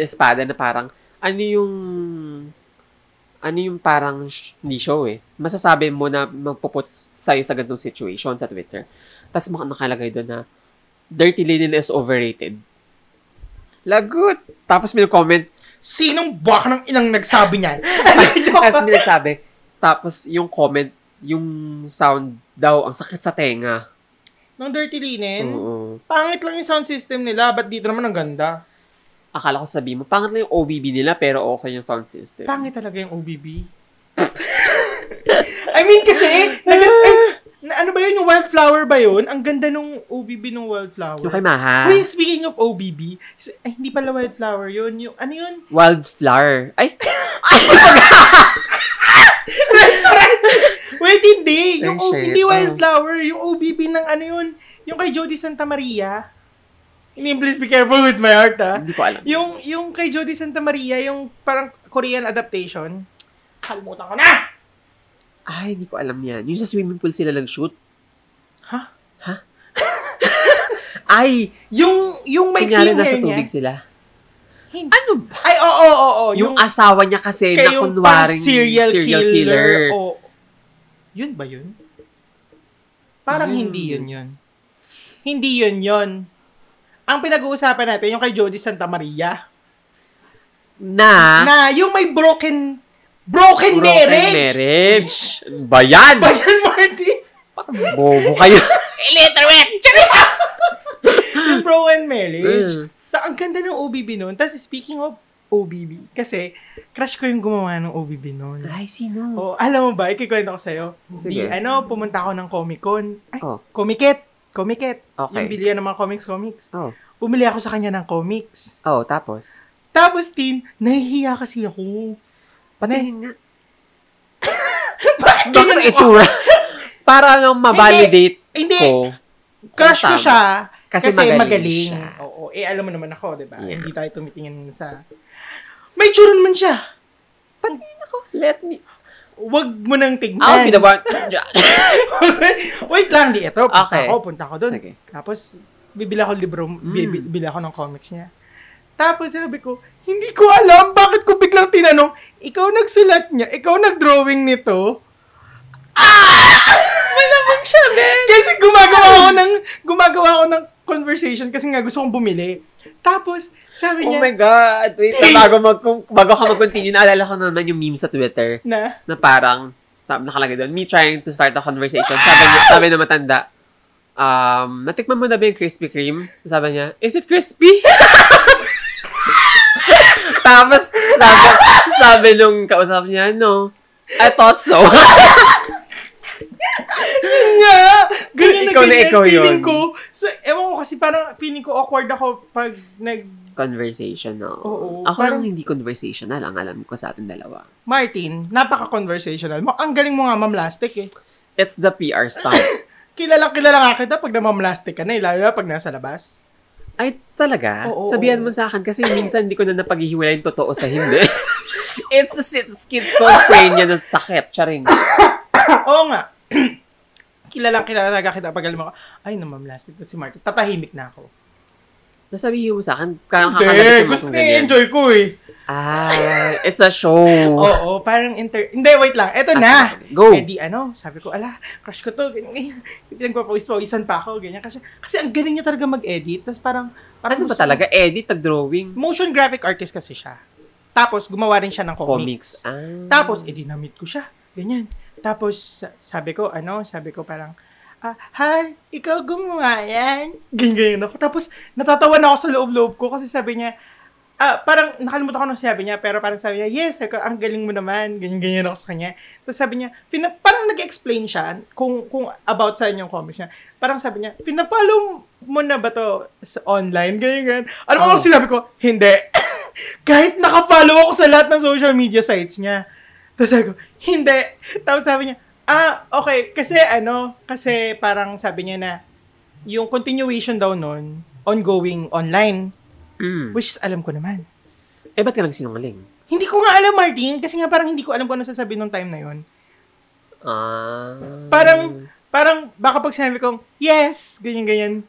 espada na parang, ano yung, ano yung parang sh- hindi show eh. Masasabi mo na magpuput sa'yo sa ganitong situation sa Twitter. Tapos maka- nakalagay doon na, Dirty Linen is overrated. Lagot! Tapos may comment,
Sinong baka ng inang nagsabi niyan?
Tapos may nagsabi. Tapos yung comment, yung sound daw, ang sakit sa tenga.
Nung Dirty Linen?
Oo.
Pangit lang yung sound system nila, ba't dito naman ang ganda?
Akala ko sabi mo, pangit na yung OBB nila pero okay yung sound system.
Pangit talaga yung OBB. I mean kasi, nag- ay, na, ano ba yun? Yung wildflower ba yun? Ang ganda nung OBB nung wildflower.
Yung kay Maha.
Wait, speaking of OBB, s- ay, hindi pala wildflower yun. Yung, ano yun?
Wildflower. Ay!
Wait, hindi. Yung,
Ay,
O-
shit.
hindi
Oh.
wildflower. Yung OBB ng ano yun. Yung kay Jody Santa Maria. Hindi, please be careful with my heart, ah.
Hindi ko alam.
Yung, yung kay Jody Santa Maria, yung parang Korean adaptation. Kalimutan ko na!
Ay, hindi ko alam yan. Yung sa swimming pool sila nag-shoot.
Ha?
Ha? Ay!
Yung, yung may
Kunyari
singing
nasa
niya.
tubig sila.
Hindi.
Ano ba?
Ay, oo, oo, oo.
Yung, asawa niya kasi
kay
na
yung
kunwaring
parang serial, killer. oo. yun ba yun? Parang
Yun.
hindi yun yun. Hindi yun yun. Ang pinag-uusapan natin, yung kay Jody Santa Maria.
Na,
Na yung may broken,
broken
broken, marriage.
marriage. Bayan!
Ba yan, Marty?
Bobo kayo.
yung broken marriage.
Mm.
Ta- ang ganda ng OBB noon. Tapos speaking of OBB, kasi crush ko yung gumawa ng OBB noon.
Ay, sino?
Oh, alam mo ba, ikikwento ko sa'yo. Di,
Sige.
ano, pumunta ako ng Comic-Con. Ay,
Oh.
Comic-It! Comic-It!
Okay.
Yung bilihan ng mga comics-comics.
Oh.
Bumili ako sa kanya ng comics.
Oh, tapos?
Tapos, Tin, nahihiya kasi ako.
Patayin nga.
Bakit
Bakit ang itsura? Para nang mabalidate
Hindi.
ko.
Crush ko
tama.
siya. Kasi,
Kasi
magaling.
magaling
siya.
siya.
Oo. Eh, alam mo naman ako, di ba?
Yeah.
Hindi tayo tumitingin sa... May tsura naman siya.
Patayin ako. Let me.
Huwag mo nang tignan.
Ako binabawa.
Wait lang, di ito. Punta
Okay.
ako, punta ako doon.
Sige. Hmm.
Tapos, bibila ko libro, bibi- bibila ko ng comics niya. Tapos sabi ko, hindi ko alam bakit ko biglang tinanong, ikaw nagsulat niya, ikaw nagdrawing nito. Ah! Malamang siya, Kasi gumagawa ako ng, gumagawa ako ng conversation kasi nga gusto kong bumili. Tapos, sabi
Oh
niya,
my God! Wait, bago, mag, kung- bago ka mag-continue, naalala ko naman yung meme sa Twitter
na,
na parang, sabi nakalagay doon, me trying to start a conversation. Sabi niya, sabi na matanda, um, natikman mo na ba yung Krispy Kreme? Sabi niya, is it crispy? Tapos, sabi, sabi nung kausap niya, no, I thought so.
nga! Ganyan na
Ikaw na
ganyan.
ikaw yun.
feeling ko, so, ewan ko kasi parang feeling ko awkward ako pag nag...
conversational.
Oo,
Ako
parang-
lang hindi conversational, ang alam ko sa atin dalawa.
Martin, napaka-conversational. Mo- Ang galing mo nga, Ma'am Lastic eh.
It's the PR stunt.
Kilala, kilala nga kita pag namamlastic ka na eh, lalo na pag nasa labas.
Ay, talaga?
Oo,
Sabihan
oo.
mo sa akin kasi minsan hindi ko na napaghihiwalay yung totoo sa hindi. It's a sit- schizophrenia ng sakit. Charing.
Oo nga. kilala, kilala talaga kita pag alam mo, ay, namamlastic na si Martin. Tatahimik na ako.
Nasabihin mo sa akin, karang kakalagot
Hindi,
mo
gusto
kung
niya
ganyan.
enjoy ko eh.
Ah, it's a show.
Oo, parang inter... Hindi, wait lang. Eto
Ah,
na.
sige, sige. Go.
Eh di ano, sabi ko, ala, crush ko to. Ganyan, ganyan. Pinagpapawis-pawisan pa ako, ganyan. Kasi, kasi ang galing niya talaga mag-edit. Tapos parang...
ano
parang
ba
gusto- Hmm,
talaga? Edit, tag-drawing,
Motion graphic artist kasi siya. Tapos, gumawa rin siya ng
comics.
comics.
Ah.
Tapos, eh, dinamit ko siya. Ganyan. Tapos, sa- sabi ko, ano, sabi ko parang, ah, hi, ikaw gumawa yan. Ganyan, ganyan ako. Tapos, natatawa na ako sa loob-loob ko kasi sabi niya, ah, parang nakalimutan ko nung sinabi niya, pero parang sabi niya, yes, sabi ko, ang galing mo naman, ganyan-ganyan ako sa kanya. Tapos sabi niya, pina- parang nag-explain siya kung, kung about sa inyong comics niya. Parang sabi niya, pinapalo mo na ba to sa online, ganyan-ganyan. Ano
Oh.
mo ang sinabi ko? Hindi. Kahit nakapollow ako sa lahat ng social media sites niya. Tapos sabi ko, hindi. Tapos sabi niya, ah, okay, kasi ano, kasi parang sabi niya na, yung continuation daw nun, ongoing online,
Mm.
which is alam ko naman.
Eh, ba't ka nagsinungaling?
Hindi ko nga alam, Martin, kasi nga parang hindi ko alam kung ano sasabihin nung time na yon.
Ah.
Parang, parang baka pag sinabi kong, yes, ganyan-ganyan,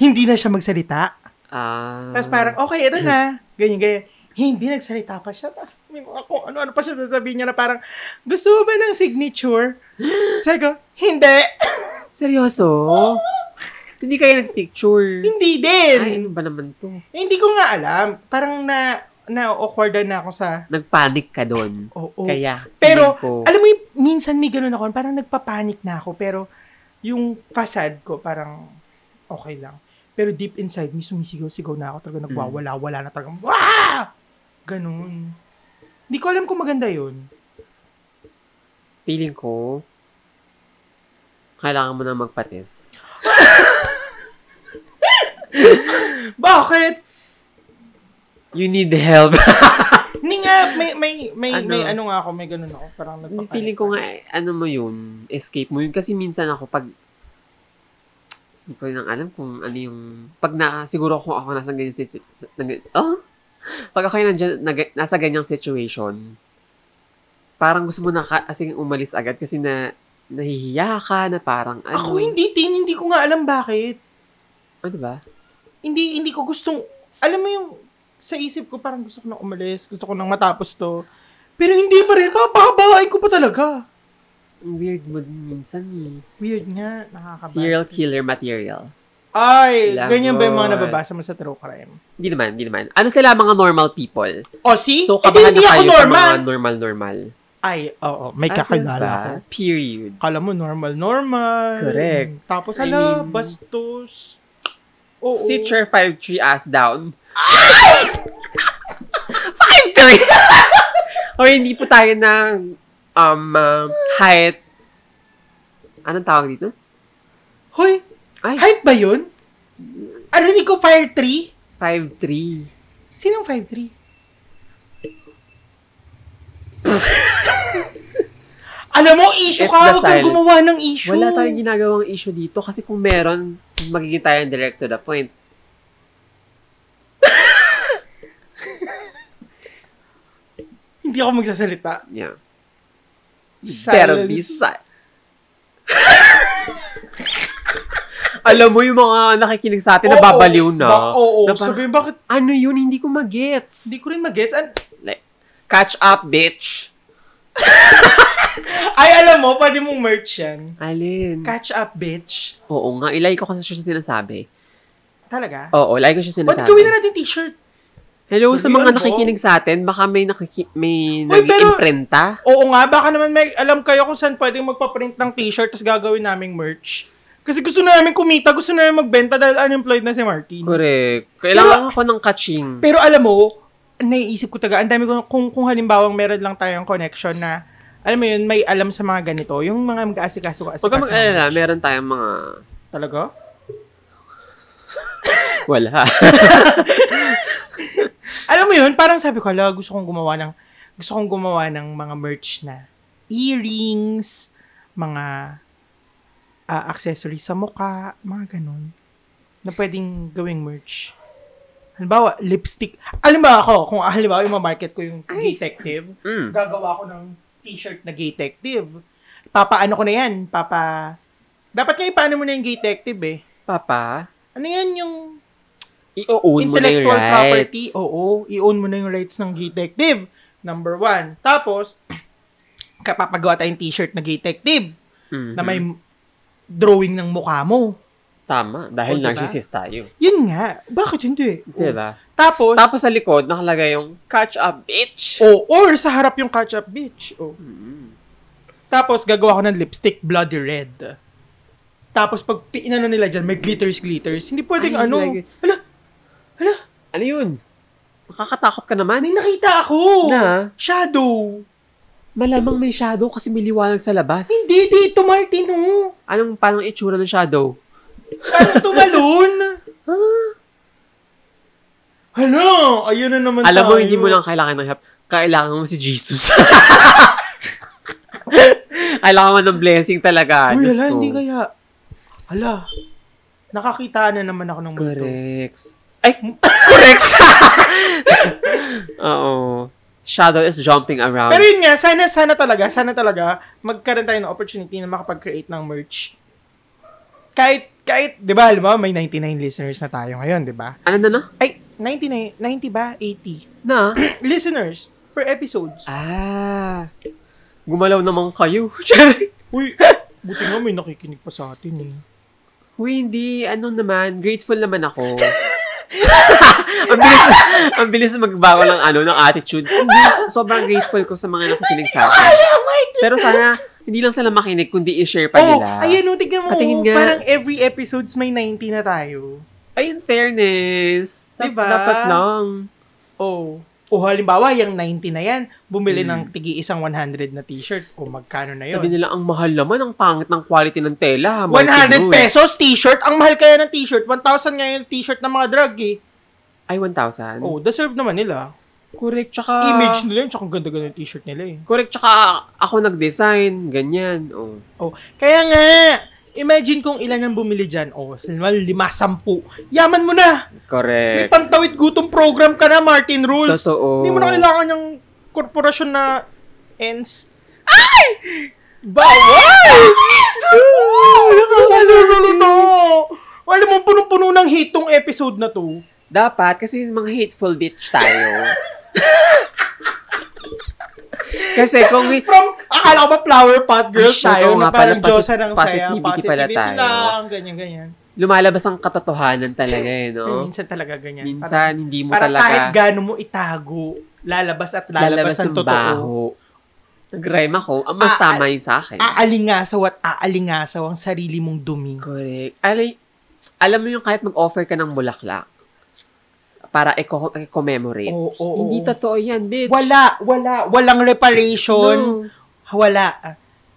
hindi na siya magsalita.
Ah.
Tapos parang, okay, ito na, ganyan-ganyan. Hindi, nagsalita pa siya. Tapos, hindi ko ako, ano-ano pa siya sasabihin niya na parang, gusto mo ba ng signature? Sabi ko, hindi.
Seryoso? Hindi kayo nag-picture.
hindi din.
Ay, ano ba naman to?
Hindi ko nga alam. Parang na, na awkward na ako sa,
Nagpanic ka doon.
oo.
Kaya,
Pero,
feeling ko-
alam mo, yung, minsan may ganun ako, parang nagpapanik na ako, pero yung facade ko, parang okay lang. Pero deep inside, may sumisigaw-sigaw na ako,
Mm.
talaga nagwawala-wala na talaga. Wah! Ganun. Hindi ko alam kung maganda yun.
feeling ko, kailangan mo na magpatis.
Bakit?
You need help.
Hindi nga, may, may, may,
Ano?
may ano nga ako, may ganun ako. Parang nagpapanik.
feeling ko nga, eh, ano mo yun, escape mo yun. Kasi minsan ako, pag, hindi ko nang alam kung ano yung, pag na, siguro kung ako nasa ganyan, sit- sa- nag- ah? Pag ako yung nandyan, nag- nasa ganyang situation, parang gusto mo na ka, kasi umalis agad kasi na, nahihiya ka na parang ano.
Ako hindi, Tin. Hindi ko nga alam bakit.
Ano ba?
Hindi, hindi ko gustong, alam mo yung, sa isip ko parang gusto ko nang umalis, gusto ko nang matapos to. Pero hindi pa rin, papahabain ko pa talaga.
Ang weird mo din minsan eh.
Weird nga, nakakabay.
Serial killer material.
Ay,
Lagot.
ganyan ba yung mga nababasa mo sa true crime?
Hindi naman, hindi naman. Ano sila mga normal people?
O, see?
So,
So,
kabahan
Eh, hindi
na
ako
kayo
normal.
sa mga ano. normal-normal.
Ay, oo, may
Ano
kakilala ko.
ba? Period.
Kala mo, normal, normal.
Correct.
Tapos,
I
ala,
mean-
bastos. Oo.
Sit your 5'3 ass down. 5'3! Or hindi po tayo ng um, uh, height. Anong tawag dito?
Hoy,
Ay,
height ba yun? Arinig ko, fire tree?
5'3.
Sinong 5'3"? Alam mo, issue
It's
ka.
the
Huwag kang
silence.
gumawa ng issue.
Wala tayong ginagawang issue dito kasi kung meron, magiging tayo direct to the point.
Hindi ako magsasalita.
Yeah. Pero
Silence.
bisa. Alam mo yung mga nakikinig sa atin,
Oo.
nababaliw na.
Ba- Oo.
Na parang,
Sabihin, bakit
ano yun, hindi ko magets.
Hindi ko rin mag-gets. An-
Like, catch up, bitch.
Ay, alam mo, pwede mong merch yan.
Alin?
Catch up, bitch.
Oo nga, ilay ko kasi siya sinasabi.
Talaga?
Oo, lagi ko siya Oh,
Ba't
sinasabi.
gawin na natin t-shirt?
Hello sa
Hindi,
mga
ano?
nakikinig sa atin, baka may nakiki- may
Uy, pero-
nag-imprenta.
Oo nga, baka naman may alam kayo kung saan pwedeng magpa-print ng t-shirt tapos gagawin naming merch. Kasi gusto na namin kumita, gusto na namin magbenta dahil unemployed na si Martin.
Correct. Kailangan ako ng catching.
Pero alam mo, naiisip ko taga, ang dami ko, kung, kung halimbawa meron lang tayong connection na, alam mo yun, may alam sa mga ganito. Yung mga mag-aasikaso ko.
Huwag ka mag-alala, meron tayong mga...
Talaga?
Wala.
Alam mo yun, parang sabi ko, ala, gusto kong gumawa ng, gusto kong gumawa ng mga merch na earrings, mga ah, accessories sa mukha, mga ganun, na pwedeng gawing merch. Halimbawa, lipstick. Alam ba ako, kung halimbawa yung market ko yung detective,
Mm.
gagawa ako ng t-shirt na gay detective. Papa, ano ko na yan? Papa, dapat nga ipaano mo na yung gay detective eh.
Papa,
Ano yan yung
i-own mo na yung
intellectual
rights.
property? oh, Oo, i-own mo na yung rights ng gay detective. Number one. Tapos, kapapagawa tayong t-shirt na gay detective
Mhm.
na may drawing ng mukha mo.
Tama, dahil
O, diba? Oh.
narcissist tayo.
Yun nga. Bakit hindi?
Diba?
Tapos,
Tapos sa likod, nakalagay yung catch up, bitch.
oh, or sa harap yung catch up, bitch. Oh.
Mm-hmm.
Tapos, gagawa ko ng lipstick, bloody red. Tapos, pag inano nila dyan, may glitters, glitters. Hindi pwedeng
Ay,
ano.
like-
Ala,
Ano yun? Makakatakot ka naman.
may nakita ako.
Na?
Shadow.
Malamang may shadow kasi may liwanag sa labas.
Hindi dito, Martin, oh.
Anong panang itsura ng shadow?
Parang tumalon.
Ah.
Hala, ayun na naman
Alam mo,
tayo.
hindi mo lang kailangan ng help. Kailangan mo si Jesus. kailangan mo ng blessing talaga.
Uy,
Diyos
hala,
ko.
hindi kaya. Hala, nakakita na naman ako ng multo.
Correct. Hmm. Ay, correct! Oo. Shadow is jumping around.
Pero yun nga, sana, sana talaga, sana talaga, magkaroon tayo ng opportunity na makapag-create ng merch. Kahit, kahit, di ba, alam mo, may 99 listeners na tayo ngayon, di ba?
ano na na?
Ay, 99, 90 ba? 80.
Na?
listeners per episodes.
ah. Gumalaw naman kayo.
Uy, buti nga may nakikinig pa sa atin eh.
Uy, hindi. Ano naman? Grateful naman ako. ang bilis, ang bilis na magbago ng ano, ng attitude. Hindi, sobrang grateful ko sa mga nakikinig sa akin. Pero sana, hindi lang sila makinig, kundi i-share pa
Oh,
nila.
ayan o, tignan mo.
Patingin nga.
Parang every episodes may 90 na tayo.
Ay, in fairness. dap-
Diba?
Dapat lang.
Oh. O halimbawa, yung 90 na yan, bumili
Hmm.
ng tigi isang 100 na t-shirt. O magkano na
Sabi
yun?
nila, ang mahal naman, ang pangit ng quality ng tela. ha, Martin
100
Ruiz."
pesos t-shirt? Ang mahal kaya ng t-shirt? 1,000 nga yung t-shirt ng mga drug eh.
Ay, 1,000.
Oh, deserve naman nila.
Correct, tsaka...
Image nila yun, tsaka ang ganda-ganda ng t-shirt nila eh.
Correct, tsaka ako nag-design, ganyan. Oh.
Oh, kaya nga, imagine kung ilan ang bumili dyan. Oh, lima, sampu. Yaman mo na! May
Correct.
pantawid gutom program ka na, Martin Rules.
Eh. Totoo.
Hindi mo na kailangan yung korporasyon na ends. Ano
Bawal!
Nakakalulo to. Alam mo, punong-puno ng hate tong episode na to.
Dapat, kasi mga hateful bitch tayo. kasi kung we,
From, akala ko ba flower pot girls
Ay, shit,
tayo
oo nga
na parang
pala,
Diyosa
posi-
ng saya,
positivity pala tayo.
lang, ganyan-ganyan.
lumalabas ang katotohanan talaga eh,
Pero
no?
Minsan talaga ganyan.
Minsan, hindi mo
para kahit
talaga
gaano mo itago, lalabas at lalabas,
lalabas
ang
yung
totoo.
baho. Nag-rhyme ako. Ang mas
Ah,
tama yun sa akin.
Aalingasaw at aalingasaw ang sarili mong dumi.
Correct. Alay, alam mo yung kahit mag-offer ka ng bulaklak para i-co- i-commemorate.
Oo, oo,
Hindi
oo.
totoo yan, bitch.
Wala, wala, walang reparation. Wala.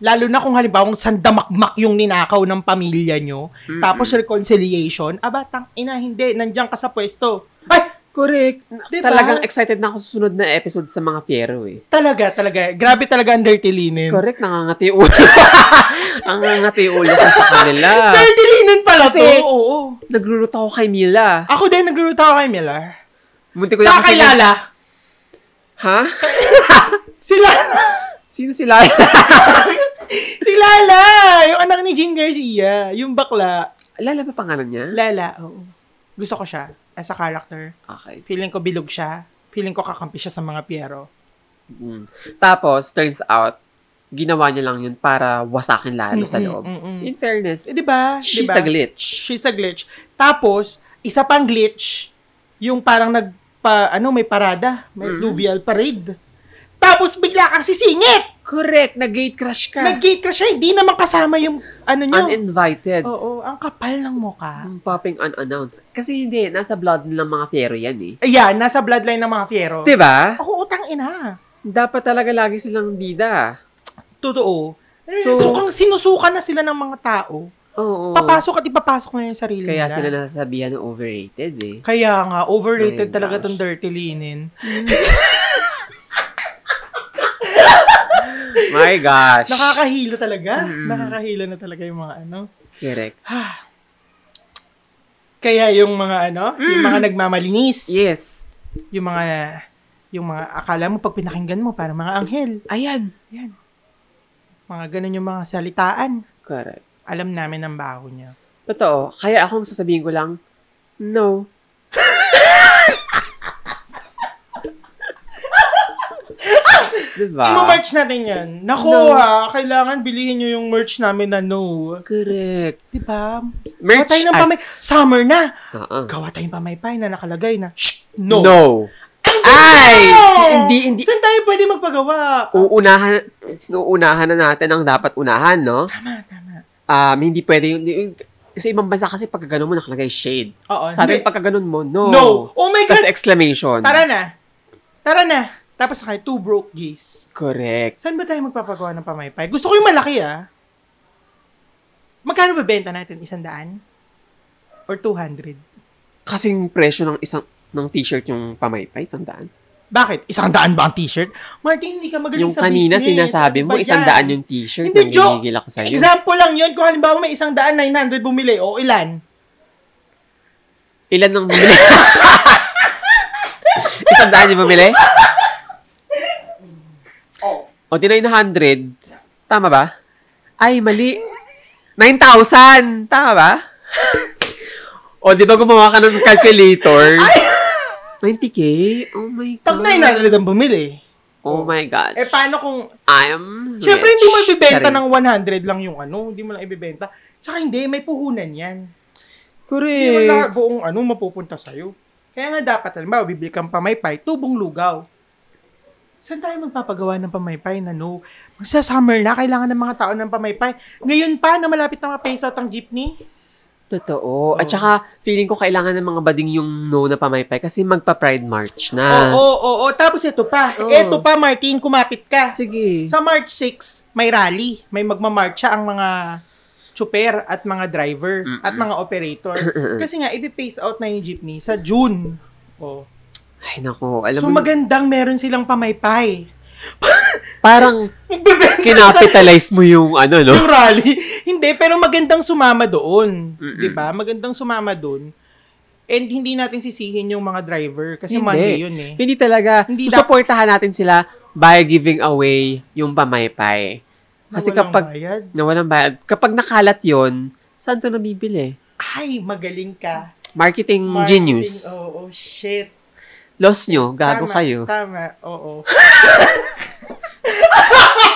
Lalo na kung halimbawa kung sandamakmak yung ninakaw ng pamilya nyo, tapos reconciliation, aba, tang ina, hindi, nandiyan ka sa pwesto. Ay,
Correct.
Diba?
Talagang excited na ako sa susunod na episode sa mga fiero eh.
talaga, talaga, grabe talaga ang dirty linen.
Correct, nangangati yung ulo. nangangati yung ulo ko sa kanila.
Dirty linen
Ah.
pala
Kasi-
to, oo.
Nagluluto ako kay Mila.
Ako din, nagluluto ako kay Miller.
Munti ko na
Tsaka kay
kasi-
Lala.
Ha?
Si Lala.
Sino si Lala?
si Lala. Yung anak ni Jean Garcia. Yung bakla.
Lala ba pangalan niya?
Lala, oo. Gusto ko siya as a character.
Okay.
Feeling ko bilog siya. Feeling ko kakampi siya sa mga Piero.
Mm. Tapos, turns out, ginawa niya lang yun para wasakin lalo sa
Mm-mm,
loob.
mm-mm.
In fairness,
Eh, di ba?
she's
Di
a
ba?
glitch.
She's a glitch. Tapos, isa pang glitch, yung parang nagpa, ano, may parada,
Mm.
may fluvial parade. Tapos bigla kang sisingit!
Correct, nag-gate crush ka.
Nag-gate ka siya, hindi naman kasama yung, ano nyo.
Uninvited.
Oo, ang kapal ng mukha.
Ang popping unannounced. Kasi hindi, nasa blood ng mga fiero yan eh.
Ayan, nasa bloodline ng mga fiero.
Diba?
Ako utang ina.
Dapat talaga lagi silang bida.
Totoo. Eh, So,
So-
kung sinusuka na sila ng mga tao,
Oo.
papasok at ipapasok na yung sarili
Kaya
nila.
sila nasasabihan na overrated eh.
Kaya nga, overrated
My
talaga
gosh.
tong dirty linen.
My gosh.
Nakakahilo talaga.
Mm-mm.
Nakakahilo na talaga yung mga ano.
Correct.
Kaya yung mga ano, yung
Mm.
mga nagmamalinis,
Yes.
yung mga yung mga akala mo pag pinakinggan mo para mga anghel,
Ayan.
mga ganun yung mga salitaan.
Correct.
Alam namin ang baho niya.
Totoo. Kaya akong sasabihin ko lang, no.
Uh,
diba?
merch natin yan. Naku,
No.
ah, kailangan bilihin nyo yung merch namin na no.
Correct.
Diba? Gawa
Merch
tayo ng
at-
pamay. Summer na!
Oo.
Gawa tayo ng pamaypay na nakalagay na. Shh!
No.
No!
Ay! Hindi, hindi.
Saan tayo pwede magpagawa?
Uunahan, uunahan na natin ang dapat unahan, no?
Tama, tama.
Um, hindi pwede yung, yung- sa ibang bansa kasi pagka ganun mo nakalagay shade.
Oo.
Sa atin
hindi.
pagka ganun mo, no.
No! Oh my
Tapos
God!
exclamation.
Tara na! Tara na! Tapos kayo, two broke gays.
Correct.
Saan ba tayo magpapagawa ng pamaypay? Gusto ko yung malaki, ah. Magkano ba benta natin? Isang daan? Or 200?
Kasing presyo ng isang ng t-shirt yung pamaypay, isang daan.
Bakit? Isang daan ba ang t-shirt? Martin, hindi ka magaling
yung
sa
kanina
business.
sinasabi mo,
Ano ba
isang
yan?
daan yung t-shirt.
Hindi, joke.
nanginigil ako sa'yo.
Example lang yun. Kung halimbawa may isang daan, 900 bumili. O ilan?
Ilan nang bumili? isang daan yung bumili?
Oh.
O, di 900. Tama ba? Ay, mali. 9,000. Tama ba? o, di ba gumawa ka ng calculator? 90K? Oh my God.
Pag 900 ang bumili.
Oh my God.
Eh, paano kung...
I'm rich.
Siyempre, hindi mo ibibenta
Charing.
ng 100 lang yung ano. Hindi mo lang ibibenta. Tsaka hindi, may puhunan yan. Hindi mo
Correct.
lahat buong ano mapupunta sa'yo. Kaya nga dapat, halimbawa, bibili kang pamaypay, tubong lugaw. Saan tayo magpapagawa ng pamaypay na no? Sa summer na, kailangan ng mga tao ng pamaypay. Ngayon pa, na malapit na ma-pace out ang jeepney.
Totoo. At saka, feeling ko kailangan ng mga bading yung no na pamaypay kasi magpa-Pride March
Oo,
na.
oo, oo. Tapos ito pa.
Ah. Oo.
Ito pa, Martin, kumapit ka.
Sige.
Sa March 6, may rally. May magmamarcha ang mga chuper at mga driver at mga operator. Kasi nga, ipipace out na yung jeepney sa June. Oh.
Ay, nako. Alam
So
mo,
magandang meron silang pamaypay.
parang
Magbebenta sa
kinapitalize mo yung ano, no?
yung rally. Hindi, pero magandang sumama doon.
Mm-mm.
'Di ba? Magandang sumama doon. And hindi natin sisihin yung mga driver kasi
Hindi.
Monday yun eh.
Hindi talaga.
Hindi
Susuportahan natin sila by giving away yung pamaypay. Kasi
Na walang
kapag
bayad.
nawalan bayad, kapag nakalat yon saan to nabibili?
Ay, magaling ka.
Marketing,
Marketing,
genius.
Oo, oh, shit.
Lost nyo, gago
Tama,
kayo.
Tama, oo.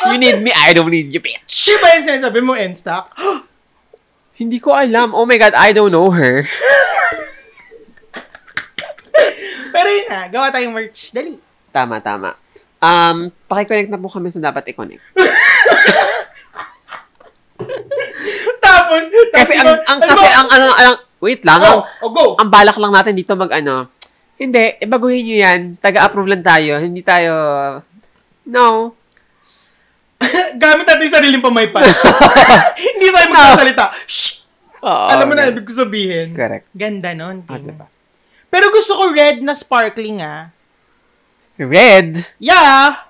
You need me, I don't need you, bitch.
Di ba yung sinasabi mo, Enstock?
Hindi ko alam. Oh my God, I don't know her.
Pero yun na, gawa tayong merch. Dali.
Tama, tama. Um, pakiconnect na po kami sa dapat i-connect.
Tapos,
Kasi ang, ang kasi ang ano, ang, wait lang.
oh,
ang-
oh, go.
ang balak lang natin dito mag ano, hindi, ibaguhin nyo yan. Taga-approve lang tayo. Hindi tayo, no.
Gamit natin yung sariling pamaypay. Hindi tayo magsasalita. Shh!
Oo,
Alam mo na,
ganun.
ibig ko sabihin.
Oh, Correct.
Ganda nun.
Ah,
Tina.
diba?
Pero gusto ko red na sparkling ah.
Red.
Yeah!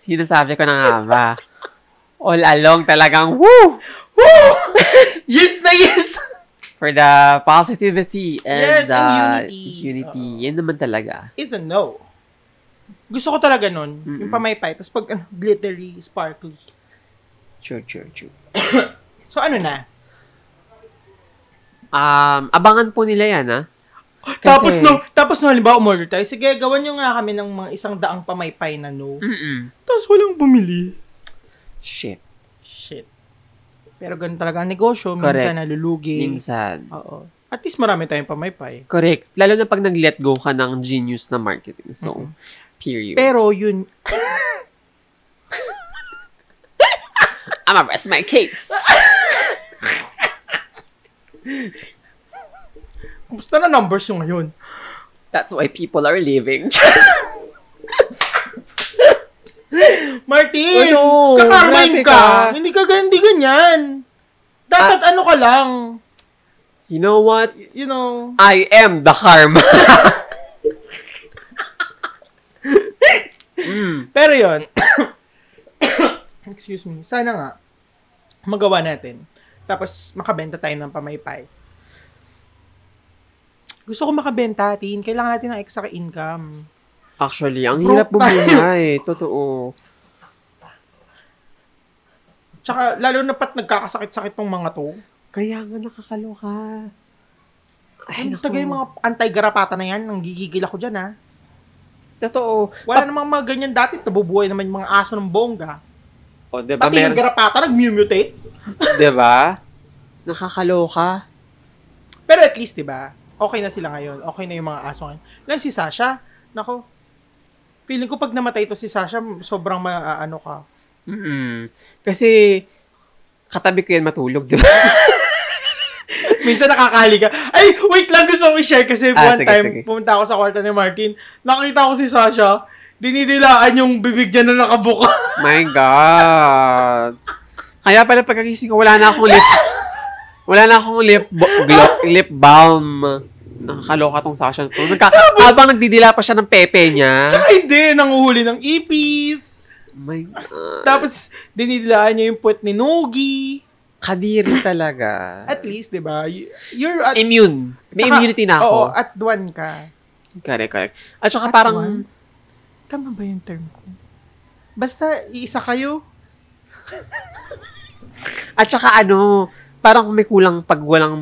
Sinasabi ko na nga ba? All along talagang, woo!
Woo! yes na yes!
For the positivity and,
Yes, and
uh,
unity.
unity. Yan naman talaga.
Is a no. Gusto ko talaga nun.
Mm-mm.
Yung pamaypay. Tapos pag ano, glittery, sparkly.
True, true, true.
So ano na?
Um, abangan po nila yan, ha? Kasi-
Tapos no, tapos no, halimbawa umorder tayo. Sige, gawan nyo nga kami ng mga isang daang pamaypay na no.
Mm-mm.
Tapos walang bumili.
Shit.
Shit. Pero ganun talaga ang negosyo. Minsan
Correct.
nalulugi.
Minsan.
Oo. At least marami tayong pamaypay.
Correct. Lalo na pag nag-let go ka ng genius na marketing. So, period.
Pero yun,
I'm gonna rest my case.
kumusta na numbers yung ngayon?
That's why people are living.
Martin!
Ano?
Kakarmain
Grabe ka.
ka! Hindi ka ganyan, hindi ganyan. Dapat ano ka lang.
You know what?
Y- You know.
I am the karma. mm.
Pero yun. Excuse me. Sana nga, magawa natin. Tapos, makabenta tayo ng pamaypay. Gusto ko makabenta, Tin. Kailangan natin ng extra income.
Actually, ang
Broke
hirap bumuhay. Totoo.
Tsaka, lalo na pat nagkakasakit-sakit tong mga to.
Kaya nga nakakaloka. Ay,
Ang
naku.
tagay mga anti-garapata na yan. Nanggigigil ako dyan, ha.
Totoo.
Wala namang mga ganyan dati. Nabubuhay naman yung mga aso ng bongga.
O, diba?
Pati yung
Mer-
garapata, nag-mutate.
diba? Nakakaloka.
Pero at least, di ba, okay na sila ngayon. Okay na yung mga aso ngayon. Lang si Sasha, nako, feeling ko pag namatay to si Sasha, sobrang maaano ka.
mm Kasi, katabi ko yan matulog, diba?
Minsan nakakahali ka. Ay, wait lang, gusto ko i-share kasi
Ah,
one
sige,
time,
sige.
pumunta ako sa kwarto ni Martin, nakita ko si Sasha, dinidilaan yung bibig niya na nakabuka.
My God. Kaya pala pagkagising ko, wala na akong lip... Wala na akong lip, bo- glo- lip balm. Nakakaloka tong Sasha na to. Nagka, habang nagdidila pa siya ng pepe niya.
Tsaka hindi, nanguhuli ng ipis.
My God.
Tapos, dinidilaan niya yung puwet ni Nogi.
Kadiri talaga.
At least, di ba, y- you're at...
immune. May
tsaka-
immunity na ako.
Oo, at one ka.
correct, correct. At saka
At
parang...
one? Tama ba yung term ko? Basta, iisa kayo.
At saka ano, parang may kulang pag walang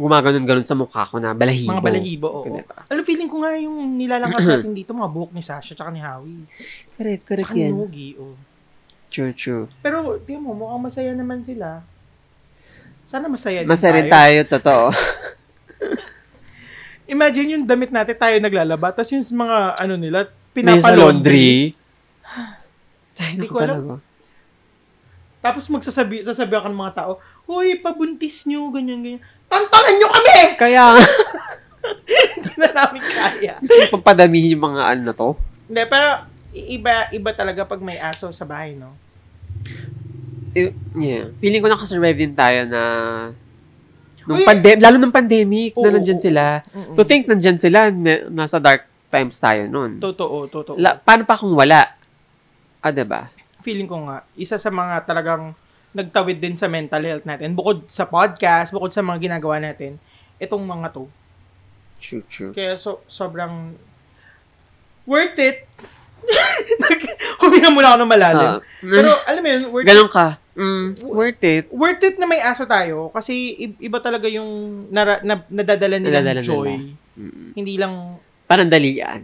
gumaganon-ganon sa mukha ko na balahibo.
Mga balahibo, oo.
Diba?
Alam, feeling ko nga yung nilalangkas natin dito, mga buhok ni Sasha tsaka ni Howie.
Correct,
Tsaka ni
ano,
Nugi, oo.
True, true.
Pero, di mo, mukhang masaya naman sila. Sana masaya din
Masa rin
tayo.
tayo, totoo.
Imagine yung damit natin tayo naglalaba, tapos yung mga, ano nila,
May sa laundry.
pinapalaundry.
Ay, naku
Hindi ko alam.
talaga.
Tapos magsasabi, sasabihan ka ng mga tao, Uy, pabuntis nyo, ganyan, ganyan. Tantanan nyo kami!
Kaya,
Hindi na namin kaya.
gusto ko pang padamihin yung mga ano na to.
Hindi, pero iba, iba talaga pag may aso sa bahay, no?
Eh, Yeah. Feeling ko nakasurvive din tayo na nung
Uy!
pandemic, lalo nung pandemic
Oo,
na nandyan
oo,
sila.
Mm-mm.
To think nandyan sila, na- nasa dark times tayo nun.
Totoo, totoo.
La, paano pa kung wala? Ah, diba?
Feeling ko nga, isa sa mga talagang nagtawid din sa mental health natin, bukod sa podcast, bukod sa mga ginagawa natin, itong mga to.
True, true.
Kaya so, sobrang worth it. Huminga muna ako ng malalim.
Ah, mm,
Pero alam mo yun, worth it.
ganun ka. Mm, worth it.
Worth it na may aso tayo kasi i- iba talaga yung nara, na, nadadala nilang
Nadadala nila.
joy.
Mm.
Hindi lang
Panandalian.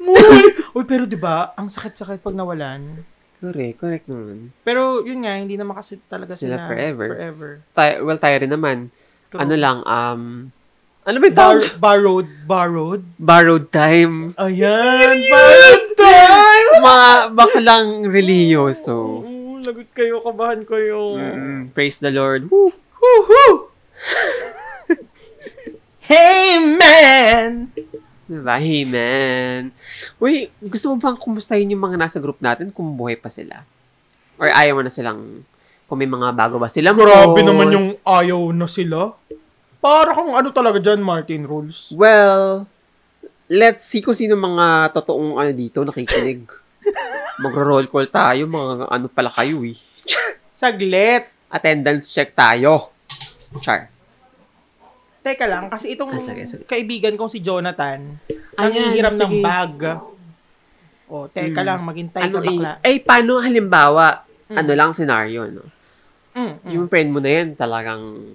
Uy! Uy, pero 'di ba, ang sakit-sakit pag nawalan.
Correct, correct naman.
Pero yun nga, hindi naman kasi talaga sila,
Sila forever.
forever.
Tay- well, tayo rin naman.
True.
Ano lang, um, ano ba yung tawag?
Bar- borrowed, borrowed.
Borrowed time.
Ayan, borrowed time!
Mga baklang religyoso.
Oo, lagot kayo, kabahan kayo.
Mm, praise the Lord. Woo!
Hoo, hoo! hey, man!
Diba? Hey, man. Uy, gusto mo bang kumustahin yung mga nasa group natin kung buhay pa sila? Or ayaw mo na silang, kung may mga bago ba silang
Grabe
boss?
naman yung ayaw na sila. Para kung ano talaga dyan, Martin Rules.
Well, let's see kung sino mga totoong ano dito nakikinig. Magro-roll call tayo, mga ano pala kayo eh.
Saglit.
Attendance check tayo. Char.
Teka lang, kasi
Ah,
itong
sige, sige.
kaibigan kong si Jonathan, ang
Ayan,
hihiram ng
sige.
bag. O, teka
Mm.
lang, maghintay
Ano
ka bakla.
eh, eh, paano halimbawa, ano lang senaryo, no?
Mm, mm.
eh? Yung friend mo na yan, talagang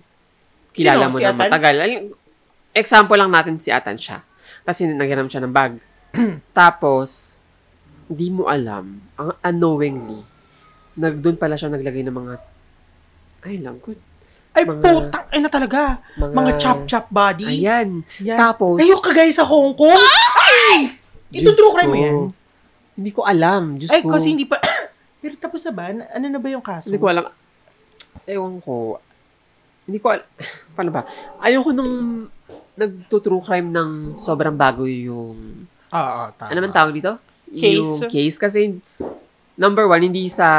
kilala
Sino?
mo
Si
na
Atan?
matagal. Al- Example lang natin si Atan siya. Kasi naghiram siya ng bag. Tapos, di mo alam, ang unknowingly, nag, doon pala siya naglagay ng mga Ay, langkot.
Ay,
Mga-
putang, ay na talaga. Mga,
mga-
chop-chop body.
Ayan.
Yan.
Tapos, Ah!
Ayok ka guys sa Hong Kong. Ay! Ito
Diyos
true crime mo
ko.
yan.
Hindi ko alam. Diyos
Ay,
ko.
kasi hindi pa... Pero tapos na ba? Na- Ano na ba yung kaso?
Hindi ko alam. Ewan ko. Hindi ko alam. Paano ba? Ayoko nung nagto-true crime ng sobrang bago yung...
Oo, tama.
Ano man tawag dito?
Ah. Case.
Yung case. Kasi, number one, hindi sa...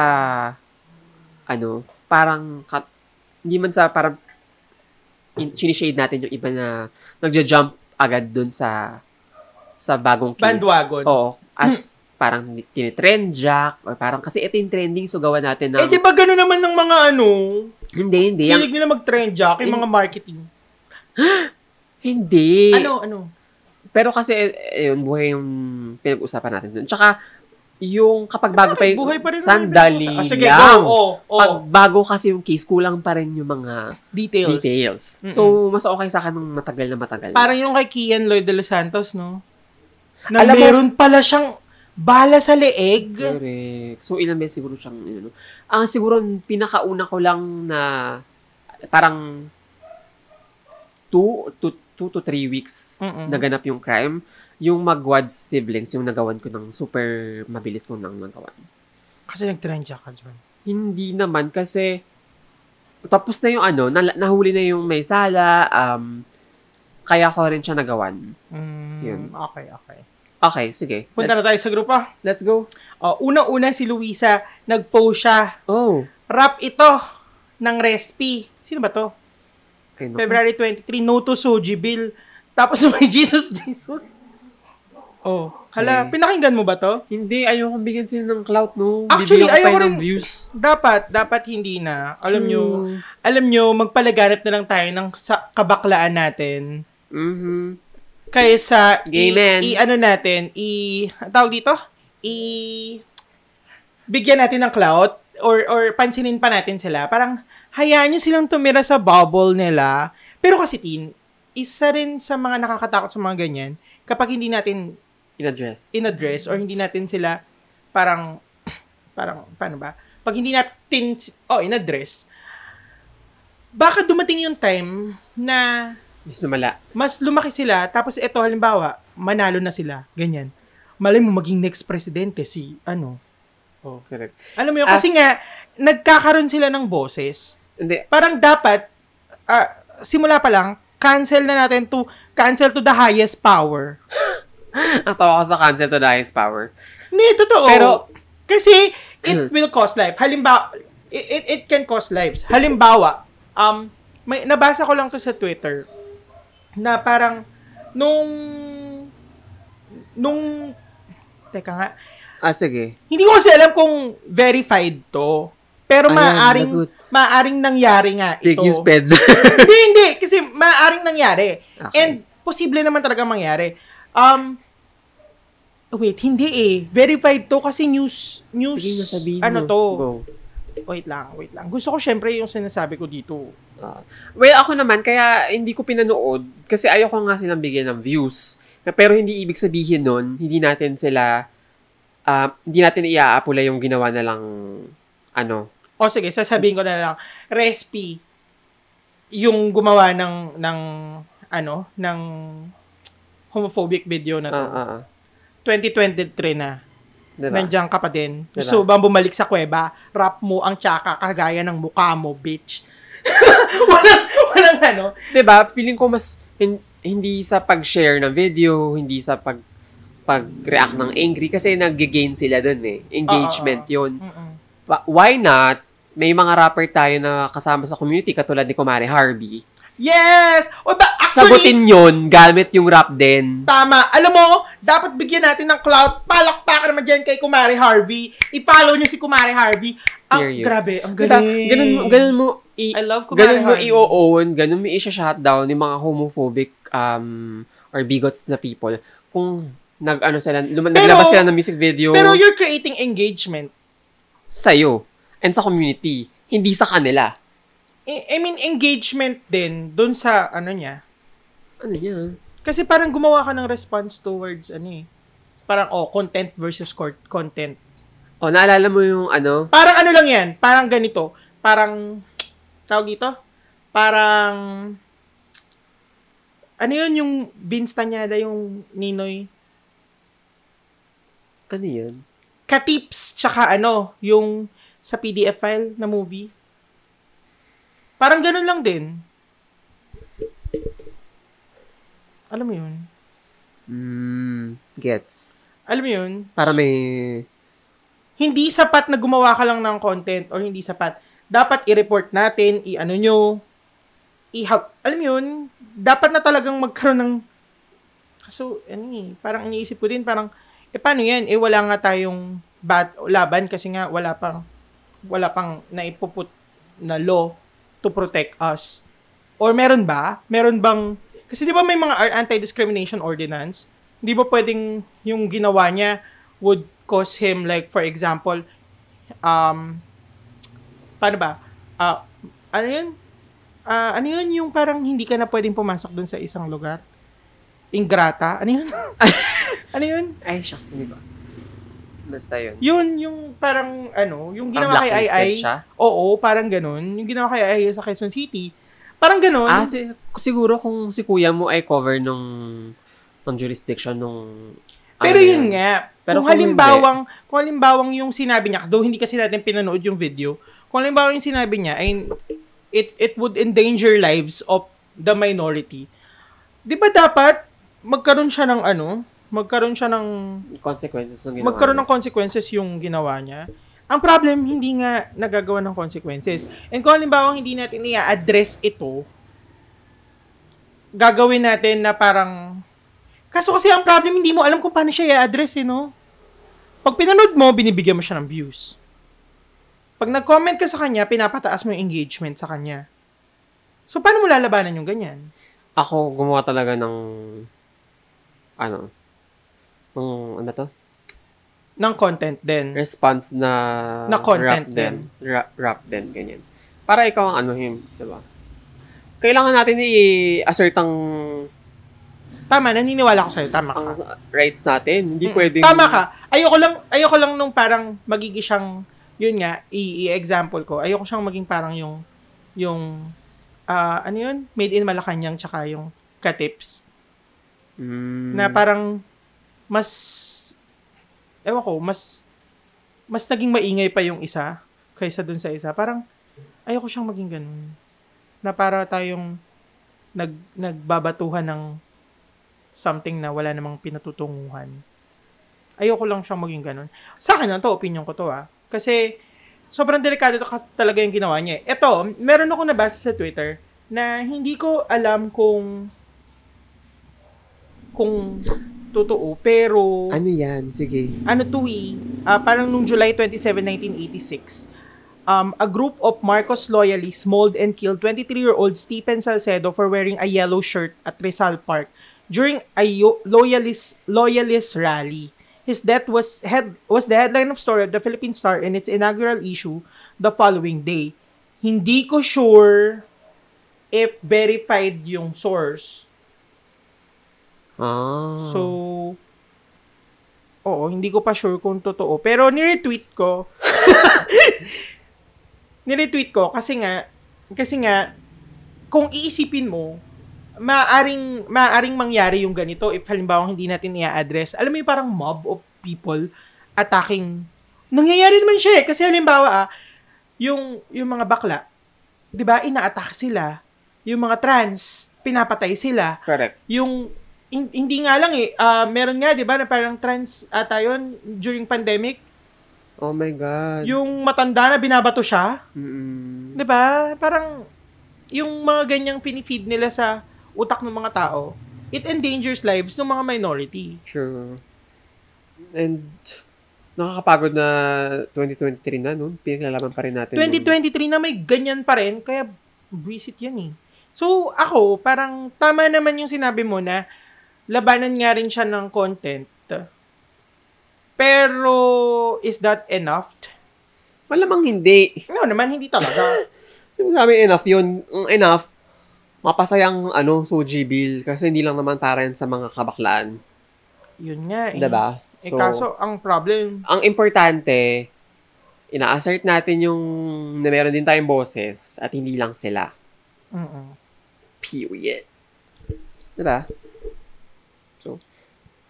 Ano, parang... kat- hindi man sa parang... In, sinishade natin yung iba na nagja-jump agad dun sa sa bagong case.
Bandwagon. Hmm.
Oo. As parang tinitrend jack or parang kasi ito yung trending so gawa natin ng
Eh, di ba gano'n naman ng mga ano?
hindi, hindi. Ang-
Hilig nila mag-trend jack, yung mga marketing.
Hindi.
Ano, ano?
Pero kasi, eh, yun, buhay yung pinag-usapan natin dun. Tsaka, yung kapag bago pa yung...
Buhay pa rin.
Sandali
Ah, sige,
lang.
go. Oh, oh.
Pag bago kasi yung case, kulang pa rin yung mga
details.
details.
Mm-mm.
So, mas okay sa akin nung matagal na matagal.
Parang yung kay Kian Lloyd de los Santos, no? Na
Alam mo-
meron pala siyang bala sa leeg.
Correct. So, ilan beses siguro siyang, ano, ang siguro, pinakauna ko lang na, parang, two, two, two to three weeks
Mm-mm.
naganap yung crime, yung magwad siblings, yung nagawan ko ng super mabilis ko nang nagawan.
Kasi nag-trend jack ka dyan.
Hindi naman kasi, tapos na yung ano, na, nahuli na yung may sala, um, kaya ko rin siya nagawan.
Mm,
Yun.
Okay, okay.
Okay, sige.
Punta na
Let's,
tayo sa grupo.
let's go.
Uh, unang-una si Luisa, nag-post siya.
Oh.
Rap ito ng recipe. Sino ba to?
Ay, naku.
February 23, no to Soji Bill. Tapos may Jesus, Jesus. Oh, kala,
Okay.
pinakinggan mo ba to?
Hindi, ayokong bigyan sila ng clout, no?
Actually,
Bibigyan ko
ayoko
pa
rin-
ng views.
Dapat, dapat hindi na. Alam nyo, alam nyo, magpalaganap na lang tayo ng sa kabaklaan natin.
Mm-hmm.
Kaysa, i,
Gay men.
i, ano natin, i, ang tawag dito? I, bigyan natin ng clout or, or pansinin pa natin sila. Parang, hayaan nyo silang tumira sa bubble nila. Pero kasi, Tin, isa rin sa mga nakakatakot sa mga ganyan, kapag hindi natin
In-address.
in-address or hindi natin sila parang parang paano ba? Pag hindi natin si- oh in-address baka dumating yung time na
Gusto mala.
mas lumaki sila tapos eto halimbawa manalo na sila ganyan. Malay mo maging next presidente si ano.
Oh, correct.
Alam mo yun
Ah.
kasi nga nagkakaroon sila ng boses.
Hindi,
Parang dapat ah, simula pa lang cancel na natin to cancel to the highest power.
natawa ko sa concept of the highest power.
Hindi, totoo. Pero,
Pero- Hmm.
kasi, it will cost life. Halimbawa, it, it, it can cost lives. Halimbawa, um, may, nabasa ko lang to sa Twitter, na parang, nung, nung, teka nga,
Ah, sige.
hindi ko kasi alam kung verified to, pero
Ayan,
maaaring,
lagot.
maaaring nangyari nga ito.
Big news peddler.
hindi, hindi. Kasi maaaring nangyari.
Okay.
And posible naman talaga mangyari. Um, wait, hindi eh. Verified to kasi news, news,
sige, nasabihin
ano
mo.
to.
Go.
Wait lang, wait lang. Gusto ko syempre yung sinasabi ko dito.
Ah. well, ako naman, kaya hindi ko pinanood kasi ayoko nga silang bigyan ng views. Na- Pero hindi ibig sabihin nun, hindi natin sila, ah, hindi natin iaapula yung ginawa na lang, ano,
O sige, sasabihin ko na lang. Respi, yung gumawa ng, ng, ano, ng homophobic video na
ah,
to.
ah, ah.
2023 na.
Diba?
Nandiyan ka pa din.
Diba?
Gusto bang bumalik sa kuweba? Rap mo ang tsaka kagaya ng mukha mo, bitch. walang, walang ano.
Diba? Feeling ko mas hin- hindi sa pag-share ng video, hindi sa pag pag-react ng angry kasi nag-gain sila dun eh. Engagement
Oo,
yun. Wa- Why not? May mga rapper tayo na kasama sa community katulad ni Kumare Harvey.
Yes! O ba, actually,
Sagutin yun gamit yung rap din.
tama. Alam mo, dapat bigyan natin ng clout. Palakpakan naman dyan kay Kumari Harvey. I-follow niyo si Kumari Harvey. Ang,
Hear you.
grabe, ang
Diba?
galing.
Ganun, mo- ganun mo i-
I love Kumari
ganun mo
Harvey.
i-own, ganun mo i-shutdown yung mga homophobic um, or bigots na people kung nag-ano sila, lum- naglabas sila ng music video.
Pero you're creating engagement.
sa'yo and sa community, hindi sa kanila.
I, I mean, engagement din dun sa, ano niya.
Ano yan?
Kasi parang gumawa ka ng response towards, ano eh. Parang, oh, content versus cor- content.
O, naalala mo yung ano?
Parang ano lang yan, parang ganito, parang tawag dito, parang, ano yun yung Vince Tanyada, yung Ninoy?
Ano yan?
Katips, tsaka ano, yung sa PDF file na movie. Parang ganun lang din. Alam mo yun?
Mm, gets.
Alam mo yun?
Para may...
hindi sapat na gumawa ka lang ng content or hindi sapat. Dapat i-report natin, i-ano nyo, i alam mo yun, dapat na talagang magkaroon ng, kaso, ano eh, parang iniisip ko din, parang, eh paano yan, eh wala nga tayong bat, laban kasi nga wala pang, wala pang naipuput na law to protect us. Or meron ba? Meron bang, kasi di ba may mga ar- anti-discrimination ordinance? Di ba pwedeng yung ginawa niya would cause him like, for example, um, paano ba? Ah, ano yun? Ah, ano yun yung parang hindi ka na pwedeng pumasok dun sa isang lugar? Ingrata? Ano yun? ano yun?
Ay, shucks, hindi ba? Basta yun.
Yun, yung parang ano, yung
Ang
ginawa kay Ai
blacklisted
Ai.
siya?
Oo, parang ganun. Yung ginawa kay Ai Ai sa Quezon City. Parang ganun.
Ah, si- siguro kung si kuya mo ay cover nung, nung jurisdiction nung...
Pero
ano yan.
yun nga,
Pero
kung,
kung
halimbawang, kung halimbawang yung sinabi niya, though hindi kasi natin pinanood yung video, kung halimbawang yung sinabi niya, ay it, it would endanger lives of the minority. Di ba dapat magkaroon siya ng ano, magkaroon siya ng,
Consequences ng ginawa
magkaroon
niya.
ng consequences yung ginawa niya? Ang problem, hindi nga nagagawa ng consequences. And kung halimbawang hindi natin i-address ito, gagawin natin na parang... Kaso kasi ang problem, hindi mo alam kung paano siya i-address eh, no? Pag pinanood mo, binibigyan mo siya ng views. Pag nag-comment ka sa kanya, pinapataas mo yung engagement sa kanya. So, paano mo lalabanan yung ganyan?
Ako, gumawa talaga ng... Ano? Ng, ano to?
Ng content din.
Response na...
Na content
rap
din.
Ra- rap din, ganyan. Para ikaw ang ano him, diba? Kailangan natin i-assert ang,
Tama, naniniwala ko sa'yo. Tama
ang
ka.
rights natin. Hindi
Mm,
pwedeng...
Tama ka. Ayoko lang, ayoko lang nung parang magiging siyang, yun nga, i- i-example ko. Ayoko siyang maging parang yung, yung, ah, ano yun? Made in Malacanang tsaka yung katips.
Mm.
Na parang, mas, ewan ko, mas, mas naging maingay pa yung isa kaysa dun sa isa. Parang, ayoko siyang maging ganun. Na para tayong nag, nagbabatuhan ng something na wala namang pinatutunguhan. Ayoko lang siyang maging ganun. Sa akin lang to, opinion ko to ah. Kasi, sobrang delikado to ka- talaga yung ginawa niya. eh. Ito, meron ako nabasa sa Twitter na hindi ko alam kung kung totoo, pero
Ano yan? Sige.
ano to eh, ah, parang nung July 27, 1986, um, a group of Marcos loyalists mauled and killed 23-year-old Stephen Salcedo for wearing a yellow shirt at Rizal Park during a yo- loyalist, loyalist rally. His death was head was the headline of story of the Philippine Star in its inaugural issue the following day. Hindi ko sure if verified yung source.
Ah.
So, oo, hindi ko pa sure kung totoo. Pero niretweet ko. niretweet ko kasi nga, kasi nga, kung iisipin mo, maaring, maaring mangyari yung ganito if halimbawa hindi natin i-address. Alam mo yung parang mob of people attacking. Nangyayari naman siya eh. Kasi halimbawa ah, yung, yung mga bakla, di ba, ina-attack sila. Yung mga trans, pinapatay sila
Correct.
yung hin- hindi nga lang eh ah, meron nga 'di ba na parang trans ata yun during pandemic
Oh my God.
yung matanda na binabato siya
Mm-mm.
'di ba parang yung mga ganyang pinifeed nila sa utak ng mga tao it endangers lives ng mga minority
Sure. And, nakakapagod na 2023 na noon. Pinaglalaman pa rin natin. yung-
2023 na may ganyan pa rin, kaya visit yan eh. So, ako, parang tama naman yung sinabi mo na labanan nga rin siya ng content. Pero, is that enough?
Malamang hindi.
No naman, hindi talaga.
Sabi enough yun. Mm, Enough. Mapasayang ano, Soji Bill. Kasi hindi lang naman para yan sa mga kabaklaan.
Yun nga eh.
Diba?
Eh, kaso, ang problem,
ang importante, ina-assert natin yung na meron din tayong boses at hindi lang sila.
Mm-mm.
Period. Diba?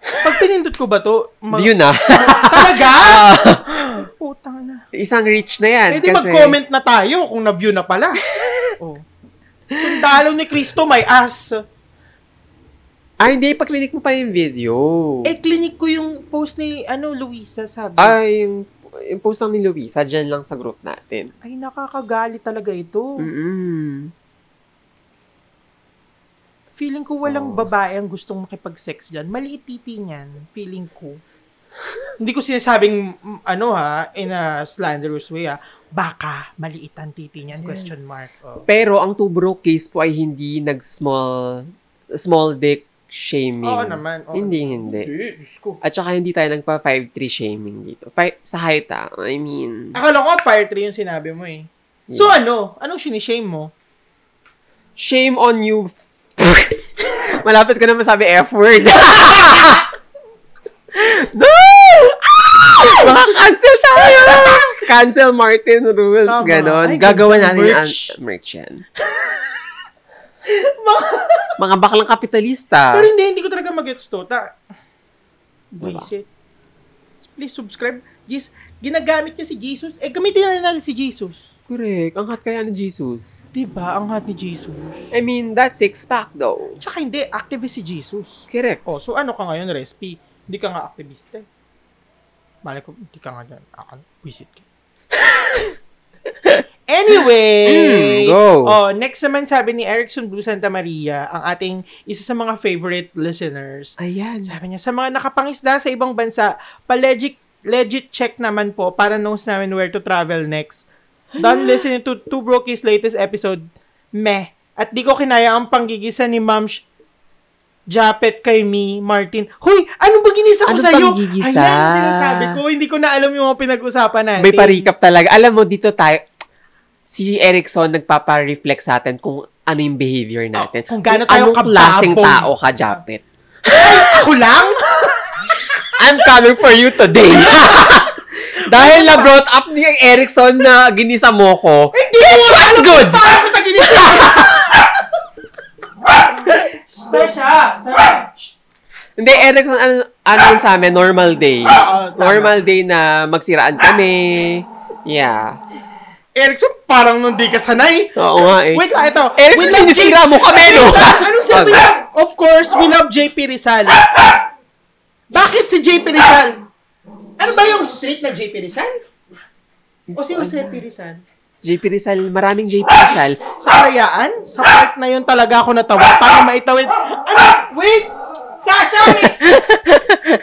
Pag pinindot ko ba to? ma-
Yun na.
Talaga? Putang na.
Isang reach na yan.
Pwede
kasi-
mag-comment na tayo kung na-view na pala. oh. Sundalo ni Kristo may ass.
Ay, Ah, hindi. Paklinik mo pa yung video.
Eh, clinic ko yung post ni, ano, Luisa
Ay,
sabi.
Ah, yung, yung post lang ni Luisa, dyan lang sa group natin.
Ay, nakakagali talaga
Mm.
ito.
Mm-mm.
Feeling ko
So-
walang babae ang gustong makipag-sex dyan. Maliit titi niyan. Feeling ko. Hindi ko sinasabing, mm, ano ha, in a slanderous way ha, baka maliit ang titi niyan, question mark. Oh.
Pero ang two broke case po ay hindi nag-small small dick shaming.
Oo naman. oo.
Hindi, hindi.
Hindi, Diyos ko.
At saka hindi tayo nagpa 5'3 shaming dito. Five, sa height ah. I mean,
Akala ko fire tree yung sinabi mo eh. So ano? Anong sinishame mo?
shame on you. Malapit ka na masabi F word. Ah! no! Ah! Makakancel tayo! Cancel Martin rules,
Tama.
ganon.
Ay,
Gagawa
ganda ng
natin merch.
merch.
Ang, merch yan. Mga baklang kapitalista.
Pero hindi, hindi ko talaga magets to. Ta
Diba?
Buisit. Please subscribe. Yes, ginagamit niya si Jesus. Eh, gamitin na rin natin si Jesus.
Correct. Ang hot kaya ni Jesus.
Diba? Ang hot ni Jesus.
I mean, that's six-pack though.
Tsaka hindi, activist si Jesus.
Correct.
Oh, so ano ka ngayon, Respi? Hindi ka nga aktivista. eh. Malay ko, hindi ka nga dyan. Akal, visit ka. anyway!
Mm, go.
Oh, next naman sabi ni Erickson Blue Santa Maria, ang ating isa sa mga favorite listeners.
Ayan.
Sabi niya, sa mga nakapangisda sa ibang bansa, pa-legit legit check naman po para knows namin where to travel next. Don't listen to Two Brokies latest episode. Meh. At di ko kinaya ang panggigisa ni Ma'am Sh- Japet kay me, Martin. Huy, ano ba ginisa ko
Ano
sa'yo?
pang gigisa?
Ayan, ang sinasabi ko. Hindi ko na alam yung mga pinag-usapan natin.
May parikap talaga. Alam mo, dito tayo, si Erickson nagpapa-reflect sa atin kung ano yung behavior natin.
Oh, kung gaano tayo
anong klaseng
kababong.
tao ka, Japet.
Ako lang?
I'm coming for you today. Dahil na brought up ni Erickson na ginisa mo ko. Hindi! Feels good!
Parang kita ginisa. Sir siya. Sir.
Hindi, Erickson, ano, ano yun sa amin? Normal day.
Oo, tama.
Normal day na magsiraan kami. Yeah.
Erickson, parang nung di ka sanay.
Oo nga eh.
Wait lang, ito.
Erickson,
We love
sinisira mo kami, no?
Anong sabi niya? Of course, we love JP Rizal. Bakit si JP Rizal? Ano ba yung street na JP Rizal? O si Jose P. Rizal?
JP Rizal, maraming JP Rizal.
Sa Arayaan? Sa part na yun talaga ako natawa para maitawid. Ano? Wait! Sasha! wait!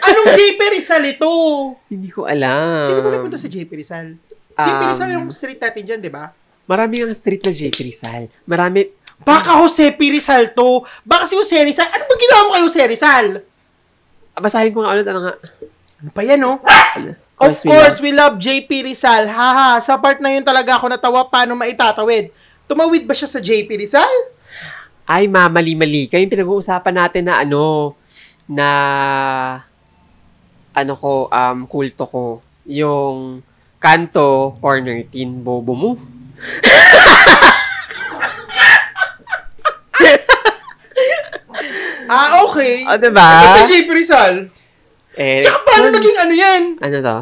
Anong JP Rizal ito?
Hindi ko alam.
Sino ba nagpunta sa JP Rizal? JP
um,
Rizal yung street natin dyan, di ba?
Marami ang street na JP Rizal. Marami.
Baka Jose P. Rizal to. Baka si Jose Rizal. Ano ba ginawa mo kay Jose Rizal?
Basahin ko nga ulit. Ano nga?
Ano pa yan, oh?
Ano?
Of course, we love JP Rizal. Haha, sa part na yun talaga ako natawa paano maitatawid. Tumawid ba siya sa JP Rizal?
Ay, ma, mali-mali. Kayo yung pinag-uusapan natin na ano, na, ano ko, um, kulto ko. Yung kanto, corner teen, bobo mo.
Ah, okay.
O, diba?
Sa JP Rizal.
Eh,
Tsaka paano naging ano yan?
Ano to?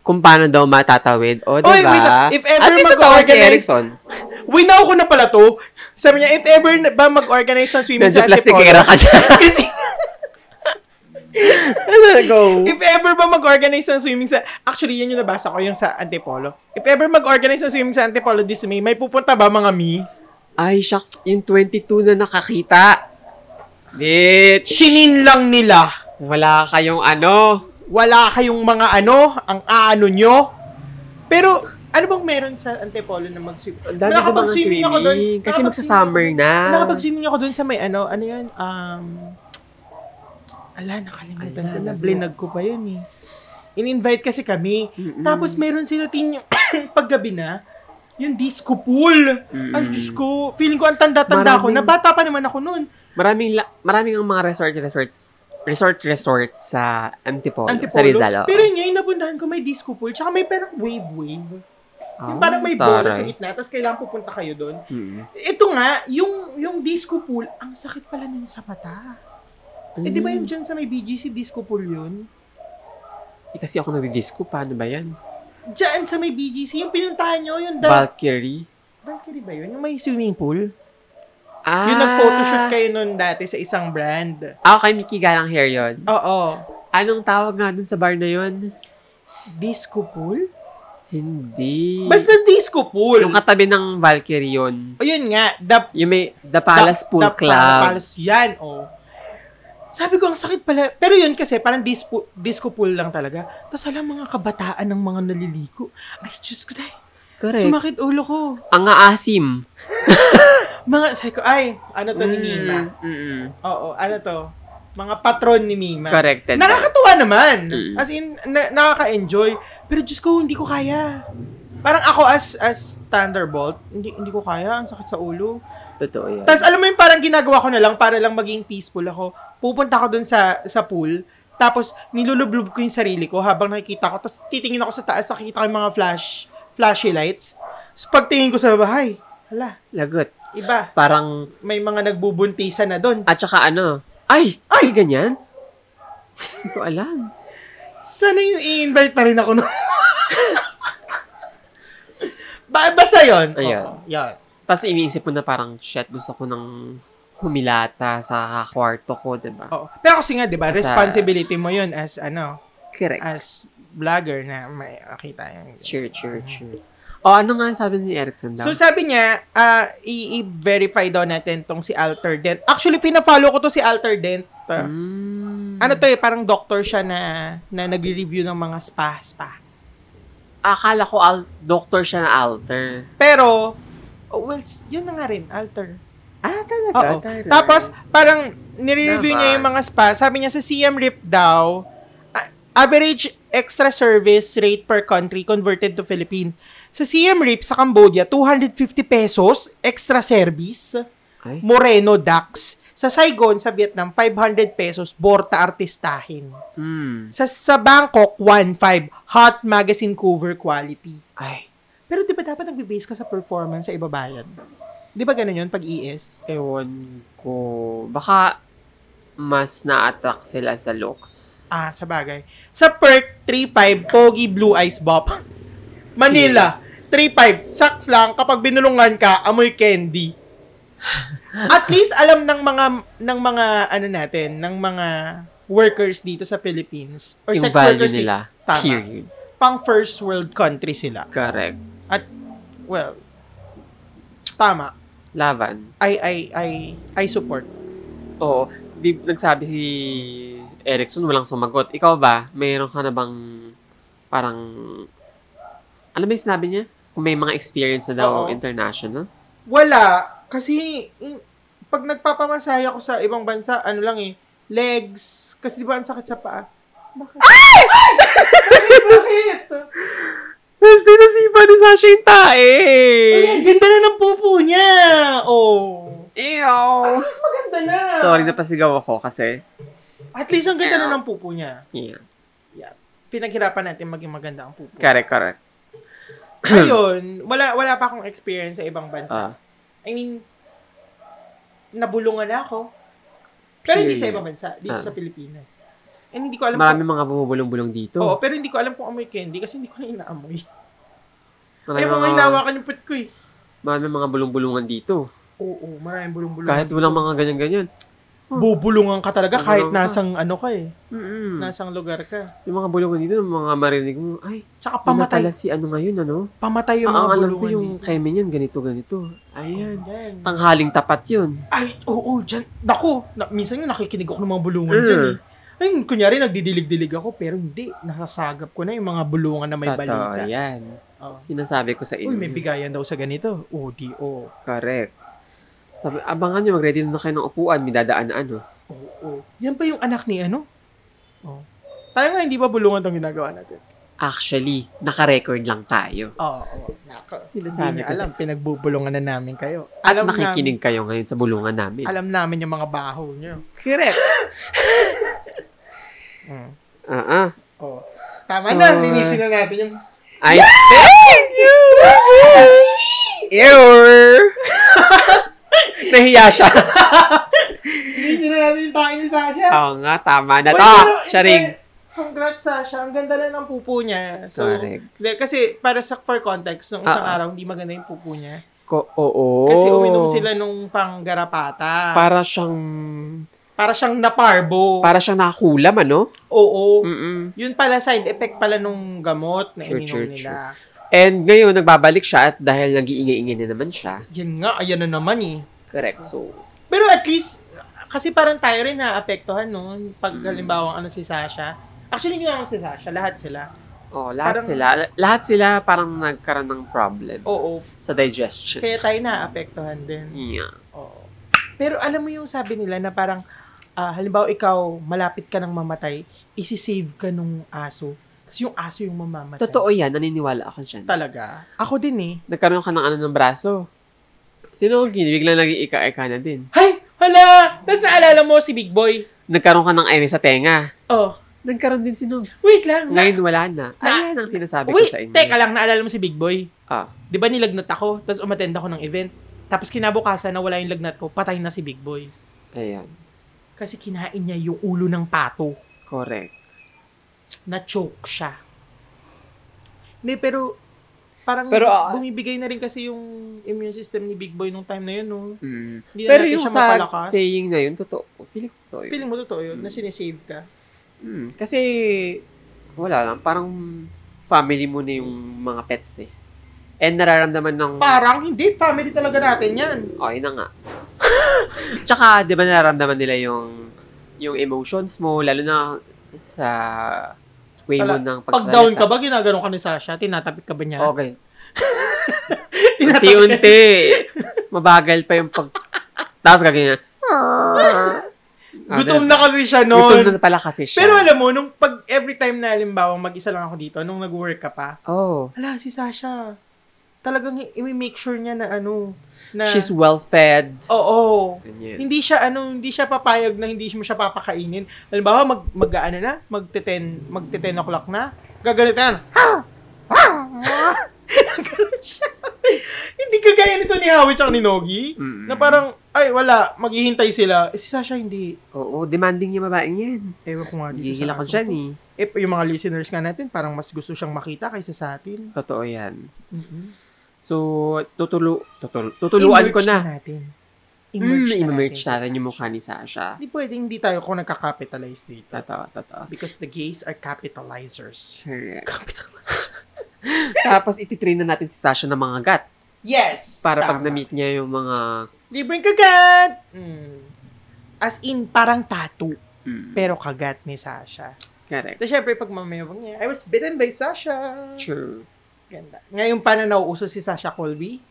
Kung paano daw matatawid. O, diba?
Oy, wait lang. If ever
At least natawa si
mag-organize-
Erickson.
Winaw ko na pala to. Sabi niya, if ever na- ba mag-organize ng swimming
Medyo
sa
plastikera
Antipolo.
ka dyan.
Kasi,
Ano go?
if ever ba mag-organize ng swimming sa... Actually, yan yung nabasa ko yung sa Antipolo. If ever mag-organize ng swimming sa Antipolo this May, may pupunta ba mga me?
Ay, shucks. Yung 22 na nakakita. Bitch.
Sinin lang nila.
Wala kayong ano.
wala kayong mga ano, ang ano nyo. Pero, ano bang meron sa Antipolo na mag-swim?
Ang dami ko bang swimming? Kasi magsasummer na.
Nakapag-swimming ako doon sa may ano, ano yun, um, ala, nakalimutan
Ala,
ko na.
naglo-
Blinag ko pa yun eh. In-invite kasi kami. Tapos meron sila tin yung paggabi na, yung disco pool. Ay, Diyos ko. Feeling ko ang tanda-tanda ko.
Maraming-
Nabata pa naman ako noon.
Maraming, la- maraming ang mga resort resorts resort-resort sa Antipolo, sa
Antipolo.
Rizal. oo.
Pero yun nga, yung napuntahan ko may disco pool, tsaka may parang wave-wave.
Ah,
Yung parang may bola sa
taray.
gitna, tapos kailangan pupunta kayo doon.
Mm.
Ito nga, yung yung disco pool, ang sakit pala nun sa mata.
Mm.
Eh, di ba yung dyan sa may BGC disco pool yun?
Eh, kasi ako nagdi-disco, paano ba yan?
Dyan sa may BGC, yung pinuntahan nyo, yung da-
Valkyrie?
Valkyrie ba yun? Yung may swimming pool?
Ah!
Yung nag-photoshoot kayo nun dati sa isang brand.
Ah, kay Mickey Galang Hair yun.
Oo.
Anong tawag nga dun sa bar na yun?
Disco pool?
Hindi.
Basta disco pool.
Yung katabi ng Valkyrie yun.
Ayun nga, the
Yung may The Palace
the-
Pool
the
Club.
Palace, yan, oh. Sabi ko, ang sakit pala. Pero yun kasi, parang dispo, disco pool lang talaga. Tapos alam, mga kabataan ng mga naliliko. Ay, Diyos ko, day.
Correct.
Sumakit ulo ko.
Ang aasim.
Mga, sabi ko, ay, ano to ni
Mm.
Mima?
Mm-mm.
Oo, ano to? Mga patron ni Mima.
Corrected.
Nakakatuwa naman.
Mm.
As in, na- nakaka-enjoy. Pero Diyos ko, hindi ko kaya. Parang ako as as Thunderbolt, hindi, hindi ko kaya. Ang sakit sa ulo.
Totoo yan.
Tapos alam mo yung parang ginagawa ko na lang para lang maging peaceful ako. Pupunta ako dun sa sa pool. Tapos nilulublub ko yung sarili ko habang nakikita ko. Tapos titingin ako sa taas, nakikita ko yung mga flash, flashy lights. Tapos pagtingin ko sa bahay, hala,
Lagot.
iba.
Parang,
May mga nagbubuntisan na dun.
at saka ano, ay! Ay! Ganyan? Hindi ko alam.
Sana yung i-invite pa rin ako no. ba- basta yun.
Ayan.
Oo, yun.
Tapos iniisip ko na parang, shit, gusto ko nang humilata sa kwarto ko, diba?
Oo. Pero kasi nga, di ba,
Sa-
responsibility mo yun as, ano,
Correct.
as vlogger na may makita yung...
Sure, sure, sure. O, ano nga sabi ni Erickson daw?
So sabi niya, ah, i- i-verify daw natin tong si Alter Dent. Actually, pinafollow ko to si Alter Dent. Ah,
Mm.
Ano to eh, parang doctor siya na, na nagre-review ng mga spa-spa.
Akala ko al- doctor siya na alter.
Pero, oh, well, s- yun na nga rin, Alter.
Ah,
Oo. Tapos, parang nire-review niya
Naman.
yung mga spa. Sabi niya sa CM Rip daw, a- average extra service rate per country converted to Philippine. Sa CM Rip sa Cambodia, 250 pesos extra service.
Ay.
Moreno Dax. Sa Saigon, sa Vietnam, 500 pesos Borta Artistahin.
Mm.
Sa, sa Bangkok, 1.5 Hot Magazine Cover Quality.
Ay.
Pero di ba dapat nagbe-base ka sa performance sa ibabayan? Di ba ganun yun pag E ES?
Ewan ko. Baka mas na-attract sila sa looks.
Ah, sa bagay. Sa Perk 3.5, Pogi Blue Eyes Bop. Manila, 3.5, saks lang kapag binulungan ka, amoy candy. At least alam ng mga ng mga ano natin, ng mga workers dito sa Philippines or
yung
sex
value
workers
nila.
dito. Tama.
Period.
Pang first world country sila.
Correct.
At well, tama.
Laban.
I I I I support.
Oo. Di, nagsabi si Erickson, walang sumagot. Ikaw ba? Mayroon ka na bang parang... Ano ba yung sinabi niya? Kung may mga experience na daw
Oo.
international?
Wala. Kasi, in- pag nagpapamasahe ako sa ibang bansa, ano lang eh, legs. Kasi di ba ang sakit sa paa? Bakit? Bakit? Bakit?
Sinasipa ni Sasha yung tae!
Ay, ang ganda na ng pupo niya! Oh. At
Ew!
least maganda na.
Sorry, napasigaw ako kasi...
At least ang ganda na ng pupo niya.
Yeah.
Pinaghirapan natin maging maganda ang pupo.
Correct, correct.
Ayun, wala, wala pa akong experience sa ibang bansa.
Ah.
I mean, nabulungan na ako. Pero hindi sa
Period.
ibang bansa. Dito
Ah.
sa Pilipinas. And hindi ko alam
Marami mga bumubulong-bulong dito.
Oo, pero hindi ko alam kung amoy candy kasi hindi ko na inaamoy.
Marami
Ay, mga hinawakan yung put ko eh.
marami mga bulong-bulungan dito.
Oo, maraming bulong-bulong. Hmm.
Kahit walang mga ganyan-ganyan.
Bubulungan ka talaga kahit
Bubulungan ka.
nasang ano ka eh.
Mm-mm.
Nasang lugar ka.
Yung mga bulungan dito, yung mga marinig mo, ay, yun
Tsaka
na
pamatay.
pala si ano ngayon, ano?
Pamatay Ah, yung
Ang
mga
alam ko
bulungan
yung
dito.
kay niyan, ganito, ganito. Ayan.
Yan.
Tanghaling tapat yun.
Ay, oo, dyan. Naku, na, minsan yung nakikinig ako ng mga bulungan
Mm.
dyan eh. Ay, kunyari nagdidilig-dilig ako pero hindi. Nasasagap ko na yung mga bulungan na may
Totoo,
balita.
yan.
Oo.
Sinasabi ko sa inyo.
Uy, may bigayan daw sa ganito. Oo, di, oh. oo.
Correct. Sabi, abangan nyo, mag-ready na kayo ng upuan, may dadaan na ano.
Oo. Oh, Yan pa yung anak ni ano? Oo. Tayo nga, hindi ba bulungan tong ginagawa natin?
Actually, naka-record lang tayo.
Oo. Oh, nako.
Sinasabi
Hindi niya
ko sa-
alam, pinagbubulungan na namin kayo.
At
Alam
nakikinig kayo ngayon sa bulungan namin.
Namin, alam namin yung mga baho nyo.
Correct.
Mm.
Ah, ah.
Oh.
So,
Tama na, linisin na natin yung...
I thank you! Ew! Nahiya siya.
Linisin na natin yung tayo ni Sasha.
Oo nga, tama na
Uy,
to.
pero eh, in
Ah, Sharing.
fair- Congrats, Sasha. Ang ganda na ng pupo niya. So,
Correct.
de- Kasi, para sa for context, nung
Ah,
isang
Oh. ah.
araw, hindi maganda yung pupo niya.
Ko, oo.
Kasi uminom sila nung panggarapata.
Para siyang,
para siyang naparbo.
para siyang nakulam, ano?
Oo.
Mm-mm.
Yun pala, side effect pala nung gamot na
Sure,
ininom
sure,
nila.
And ngayon, nagbabalik siya at dahil nag-iingay-ingay na naman siya.
Yan nga, ayan na naman eh.
Correct, so.
Pero at least, kasi parang tayo rin naapektuhan, no? Pag
Mm.
halimbawa, ano si Sasha. Actually, hindi naman si Sasha, lahat sila.
Oh, lahat
Parang-
sila, lahat sila parang nagkaroon ng problem
Oo.
sa digestion.
Kaya tayo naapektuhan din.
Yeah.
Oo. Pero alam mo yung sabi nila na parang, ah, halimbawa ikaw, malapit ka ng mamatay, isi-save ka nung aso. Tapos yung aso yung mamamatay.
Totoo yan, naniniwala ako dyan.
Talaga. Ako din eh.
Nagkaroon ka ng ano ng braso. Sino ang gini? Biglang naging ika-ika na din.
Hay! Hala! Tapos naalala mo si Big Boy.
Nagkaroon ka ng eme sa tenga.
Oh,
Nagkaroon din si Nobs.
wait lang. Na-
Ngayon wala na.
Na-
Ayan ang sinasabi
wait,
ko sa inyo.
teka lang, naalala mo si Big Boy.
Ah,
Di ba nilagnat ako, tapos umattend ako ng event. Tapos kinabukasan na wala yung lagnat ko, patay na si Big Boy.
ayan.
Kasi kinain niya yung ulo ng pato.
Correct.
Na-choke siya. Hindi, pero parang
Pero, ah,
bumibigay na rin kasi yung immune system ni Big Boy nung time na yun, no?
Mm.
Hindi na
Pero
Hmm. natin
yung
siya
sa
mapalakas.
saying na yun, totoo. Feeling ko totoo yun.
Feeling mo totoo yun, na sinisave ka.
Mm, Kasi, wala lang. Parang family mo na yung mga pets eh. And nararamdaman ng...
Parang hindi, family talaga natin yan.
Oh, yun na nga. Tsaka, di ba nararamdaman nila yung yung emotions mo, lalo na sa way mo
Tala-
ng pagsalita.
Pag down ka ba, ginagano ka ni Sasha? Tinatapit ka ba niya?
Okay.
Tinatapik
Oh, Unti-unti. Mabagal pa yung pag... Tapos gaganyan.
Gutom na kasi siya noon.
Ah, Gutom na pala kasi siya.
Pero alam mo, nung pag every time na halimbawa mag-isa lang ako dito, nung nag-work ka pa,
Oh.
ala, si Sasha, talagang i- i-make sure niya na ano, na,
She's well-fed.
oo,
Ganyan.
hindi siya ano, hindi siya papayag na hindi mo siya papakainin. Halimbawa, mag mag ano na, magte-10, magte-10 o'clock na, gaganito yan. Ganun siya. hindi kagaya nito ni Howie tsaka ni Nogi,
Mm-mm.
na parang, ay, wala, maghihintay sila. Eh, si Sasha, hindi.
Oo, demanding yung babaeng yan.
Ewan ko nga Ah, dito.
Gigil
sa
ako
aso
dyan
ko.
eh.
Eh, yung mga listeners nga natin, parang mas gusto siyang makita kaysa sa atin.
Totoo yan.
mm
So, tutulu, tutulu, tutuluan Mm-hmm. ko na.
natin.
Mm,
Emerge na
I-merge
sa
natin yung
Sasha.
mukha ni Sasha.
Hindi pwede, hindi tayo kung nagka-capitalize dito.
Totoo, totoo.
Because the gays are capitalizers.
Correct.
Capital-
Tapos ititrain na natin si Sasha ng mga gat
Yes!
para pag
tama.
na-meet niya yung mga
Libreng kagat! Mm. As in, parang tattoo.
mm,
Pero kagat ni Sasha.
correct.
So, syempre, pag mamayabang niya, I was bitten by Sasha.
True.
Ganda. Ngayon pa na nauuso si Sasha Colby.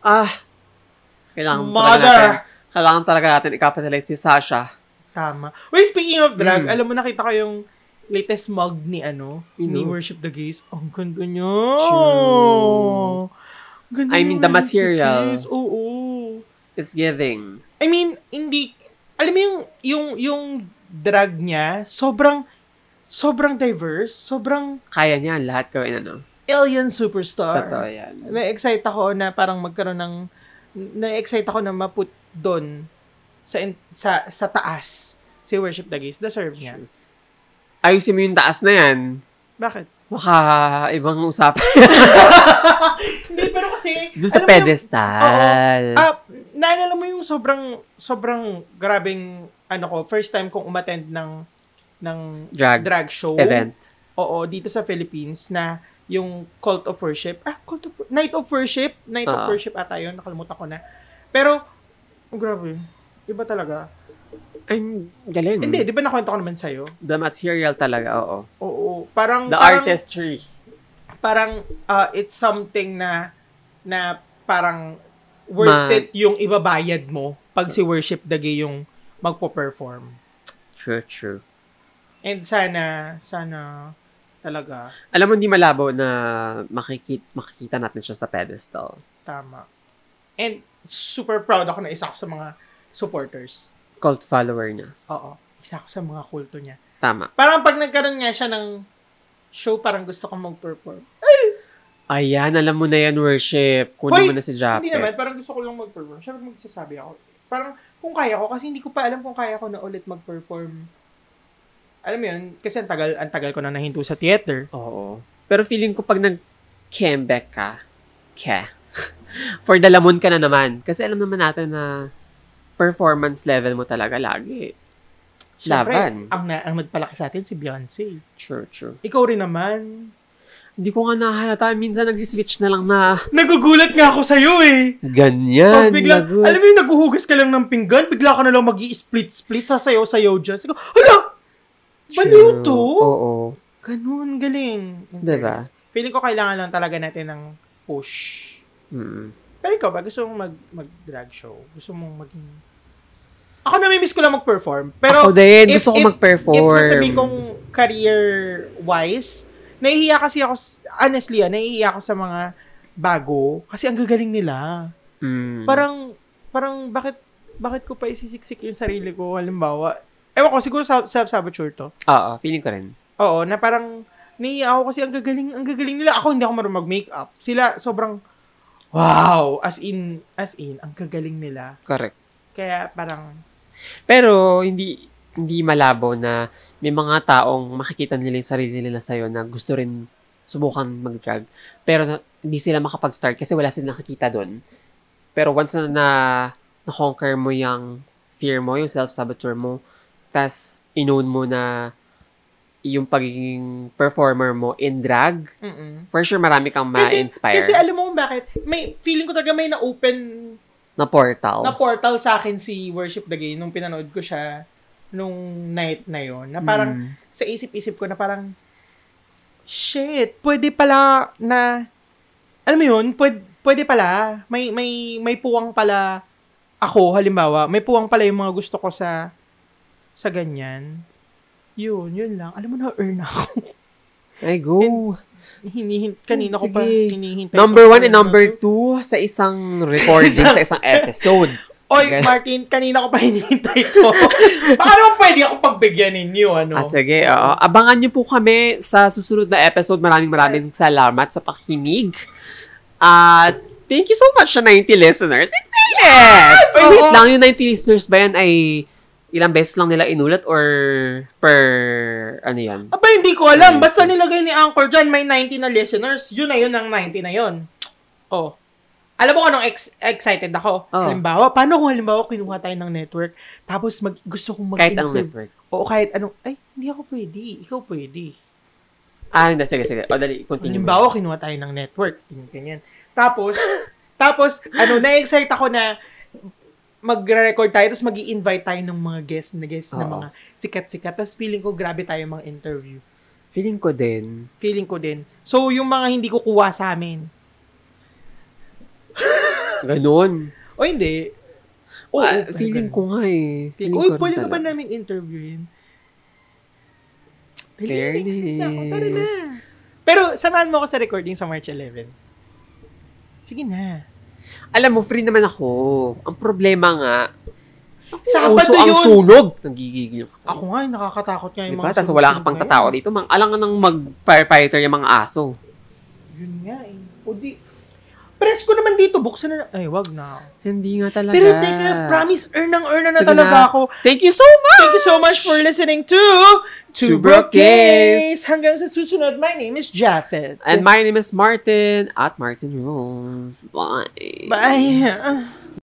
Ah, kailangan talaga
Mother!
natin, kailangan talaga natin i-capitalize si Sasha.
Tama. Well, speaking of drag,
Mm.
alam mo, nakita ko yung latest mug ni ano, ni
Sino?
Worship the Gays. Ang ganda niya.
True.
Ang Ganda
I
ni
mean, the
Worship
material.
Gays. Oo.
It's giving.
I mean, hindi, alam mo yung, yung, yung drag niya, sobrang, sobrang diverse, sobrang
Kaya niya lahat gawin ano.
alien superstar.
Totoo yan.
Na-excite ako na parang magkaroon ng, na-excite ako na maput doon sa, in- sa, sa taas si Worship the Gays. Deserve niya.
True. Ayusin mo yung taas na yan.
Bakit?
Baka ibang usapan.
Hindi, pero kasi...
Doon sa
alam mo yung-
pedestal.
Oo. Ah, naalala mo yung sobrang, sobrang grabing, ano ko, first time kong umattend ng, ng
Drag
show.
Event.
Oo, dito sa Philippines na yung cult of worship. Ah, cult of, night of worship. Night of
Ah.
worship ata yun. Nakalimutan ko na. Pero, oh, grabe. Iba talaga.
Ay, galing.
Hindi, di ba nakwento ko naman sa'yo?
The material talaga, oo.
Oo. Parang,
The
parang,
artistry.
parang uh, it's something na na parang worth
Ma-
it yung ibabayad mo pag si Worship the Gay yung magpo-perform.
True, true.
And sana, sana talaga
Alam mo, hindi malabo na makikita, makikita natin siya sa pedestal.
tama. And super proud ako na isa ako sa mga supporters.
Cult follower na.
Oo. Isa ako sa mga kulto niya.
Tama.
Parang pag nagkaroon nga siya ng show, parang gusto kong mag-perform.
Ayan, alam mo na yan, worship. Kunin
Hoy,
mo na si Japet.
Hindi naman, parang gusto ko lang mag-perform. Siyempre magsasabi ako. Parang kung kaya ko, kasi hindi ko pa alam kung kaya ko na ulit mag-perform. Alam mo yun, kasi ang tagal, ang tagal ko na nahinto sa theater.
Oo. Pero feeling ko pag nag-comeback ka, ke, for dalamon ka na naman. Kasi alam naman natin na performance level mo talaga lagi. Laban.
ang, na, ang nagpalaki sa atin si Beyonce.
True, true.
Ikaw rin naman.
Hindi ko nga nahalata. Minsan nagsiswitch na lang na
Nagugulat nga ako sa'yo eh.
ganyan.
Pag bigla,
lagot.
alam mo yung naguhugas ka lang ng pinggan, bigla ka na lang mag split-split sa sayo-sayo dyan. Sige, hala!
True.
Baliw to?
Oo.
Ganun, galing. In
Diba?
fairness. Feeling ko kailangan lang talaga natin ng push.
Mm.
Pero ikaw ba, gusto mong mag, mag-drag show? Gusto mong maging... Ako namimiss ko lang mag-perform. Pero
Ako din.
if-
gusto ko
if-
mag-perform.
If sasabihin kong career-wise, nahihiya kasi ako, s- honestly, ah, nahihiya ako sa mga bago. Kasi ang gagaling nila.
Mm.
Parang, parang bakit, bakit ko pa isisiksik yung sarili ko? Halimbawa, ewan ko, siguro self- self-saboteur to.
Oo, feeling ko rin.
Oo, na parang, nahihiya ako kasi ang gagaling, ang gagaling nila. Ako, hindi ako marunong mag-makeup. Sila, sobrang, wow! As in, as in, ang gagaling nila.
Correct.
Kaya parang,
Pero hindi hindi malabo na may mga taong makikita nila yung sarili nila sa'yo na gusto rin subukan mag-drag. Pero na- hindi sila makapag-start kasi wala silang nakikita doon. Pero once na, na na-conquer mo yung fear mo, yung self-saboteur mo, tas inown mo na yung pagiging performer mo in drag, for sure marami kang ma-inspire
Kasi alam mo kung bakit, may, feeling ko talaga may na-open
na portal.
na portal sa akin si Worship the Gay nung pinanood ko siya nung night na yon na parang
Mm.
sa isip-isip ko na parang shit, pwede pala na alam mo yun, pwede, pwede pala may may may puwang pala ako halimbawa, may puwang pala yung mga gusto ko sa sa ganyan. Yun, yun lang. Alam mo na earn ako.
Ay, go!
Hinihin kanina ko pa
Sige.
hinihintay.
Number
ko pa
one and
yung
number two sa isang recording, sa isang episode.
Oy,
Ganun.
Martin, kanina ko pa hinihintay ko. Paano pwede akong pagbigyan ninyo, ano?
Ah, sige, oo. Abangan niyo po kami sa susunod na episode. Maraming maraming salamat sa pakinig. At thank you so much sa 90 listeners. In fairness! Ay,
Oo.
wait lang, yung 90 listeners ba yan ay ilang beses lang nila inulat or per, ano yan?
Aba, hindi ko alam. Basta nilagay ni Anchor dyan, may 90 na listeners. Yun na yun ang 90 na yun. Oh. Alam mo kung anong ex- excited ako?
Oo.
Halimbawa, paano kung halimbawa kinuha tayo ng network, tapos mag, gusto kong mag
Kahit anong network.
Oo, kahit anong, ay, hindi ako pwede. Ikaw pwede.
Ah, hindi, sige, sige. O, dali, continue. mo.
Halimbawa, kinuha tayo ng network. Ganyan, Ganyan. Tapos, tapos, ano, na-excite ako na magre-record tayo, tapos mag invite tayo ng mga guests na guests na
Oo.
mga sikat-sikat. Tapos feeling ko, grabe tayo mga interview.
Feeling ko din.
Feeling ko din. So, yung mga hindi ko kuha sa amin.
Ganun.
O hindi. Oo,
Ah,
parang
feeling
ganun.
ko nga eh.
Feeling ko,
Feeling
uy,
rin
pwede ka ba
talaga.
namin interviewin?
Fairness.
Feeling ako. Tara na. Pero, samahan mo ako sa recording sa March 11. Sige na.
Alam mo, free naman ako. Ang problema nga,
Sabado
uso ang
yun.
sunog. Nagigigil ako sa'yo.
Ako nga, nakakatakot nga yung
Diba?
mga
Tapos
sunog
wala ka
na
pang
yun.
tatao dito. Mang, alangan nang mag-firefighter yung mga aso.
Yun nga eh. O di, press ko naman dito, buksan na. Ay, wag na.
Hindi nga talaga.
Pero teka, promise, earn ang earn na
Sige
talaga
na.
ako.
Thank you so much!
Thank you so much for listening to
Two
Two
Broke
Broke
Gays.
Gays. Hanggang sa susunod, my name is Japheth.
And my name is Martin at Martin Rules. Bye.
Bye.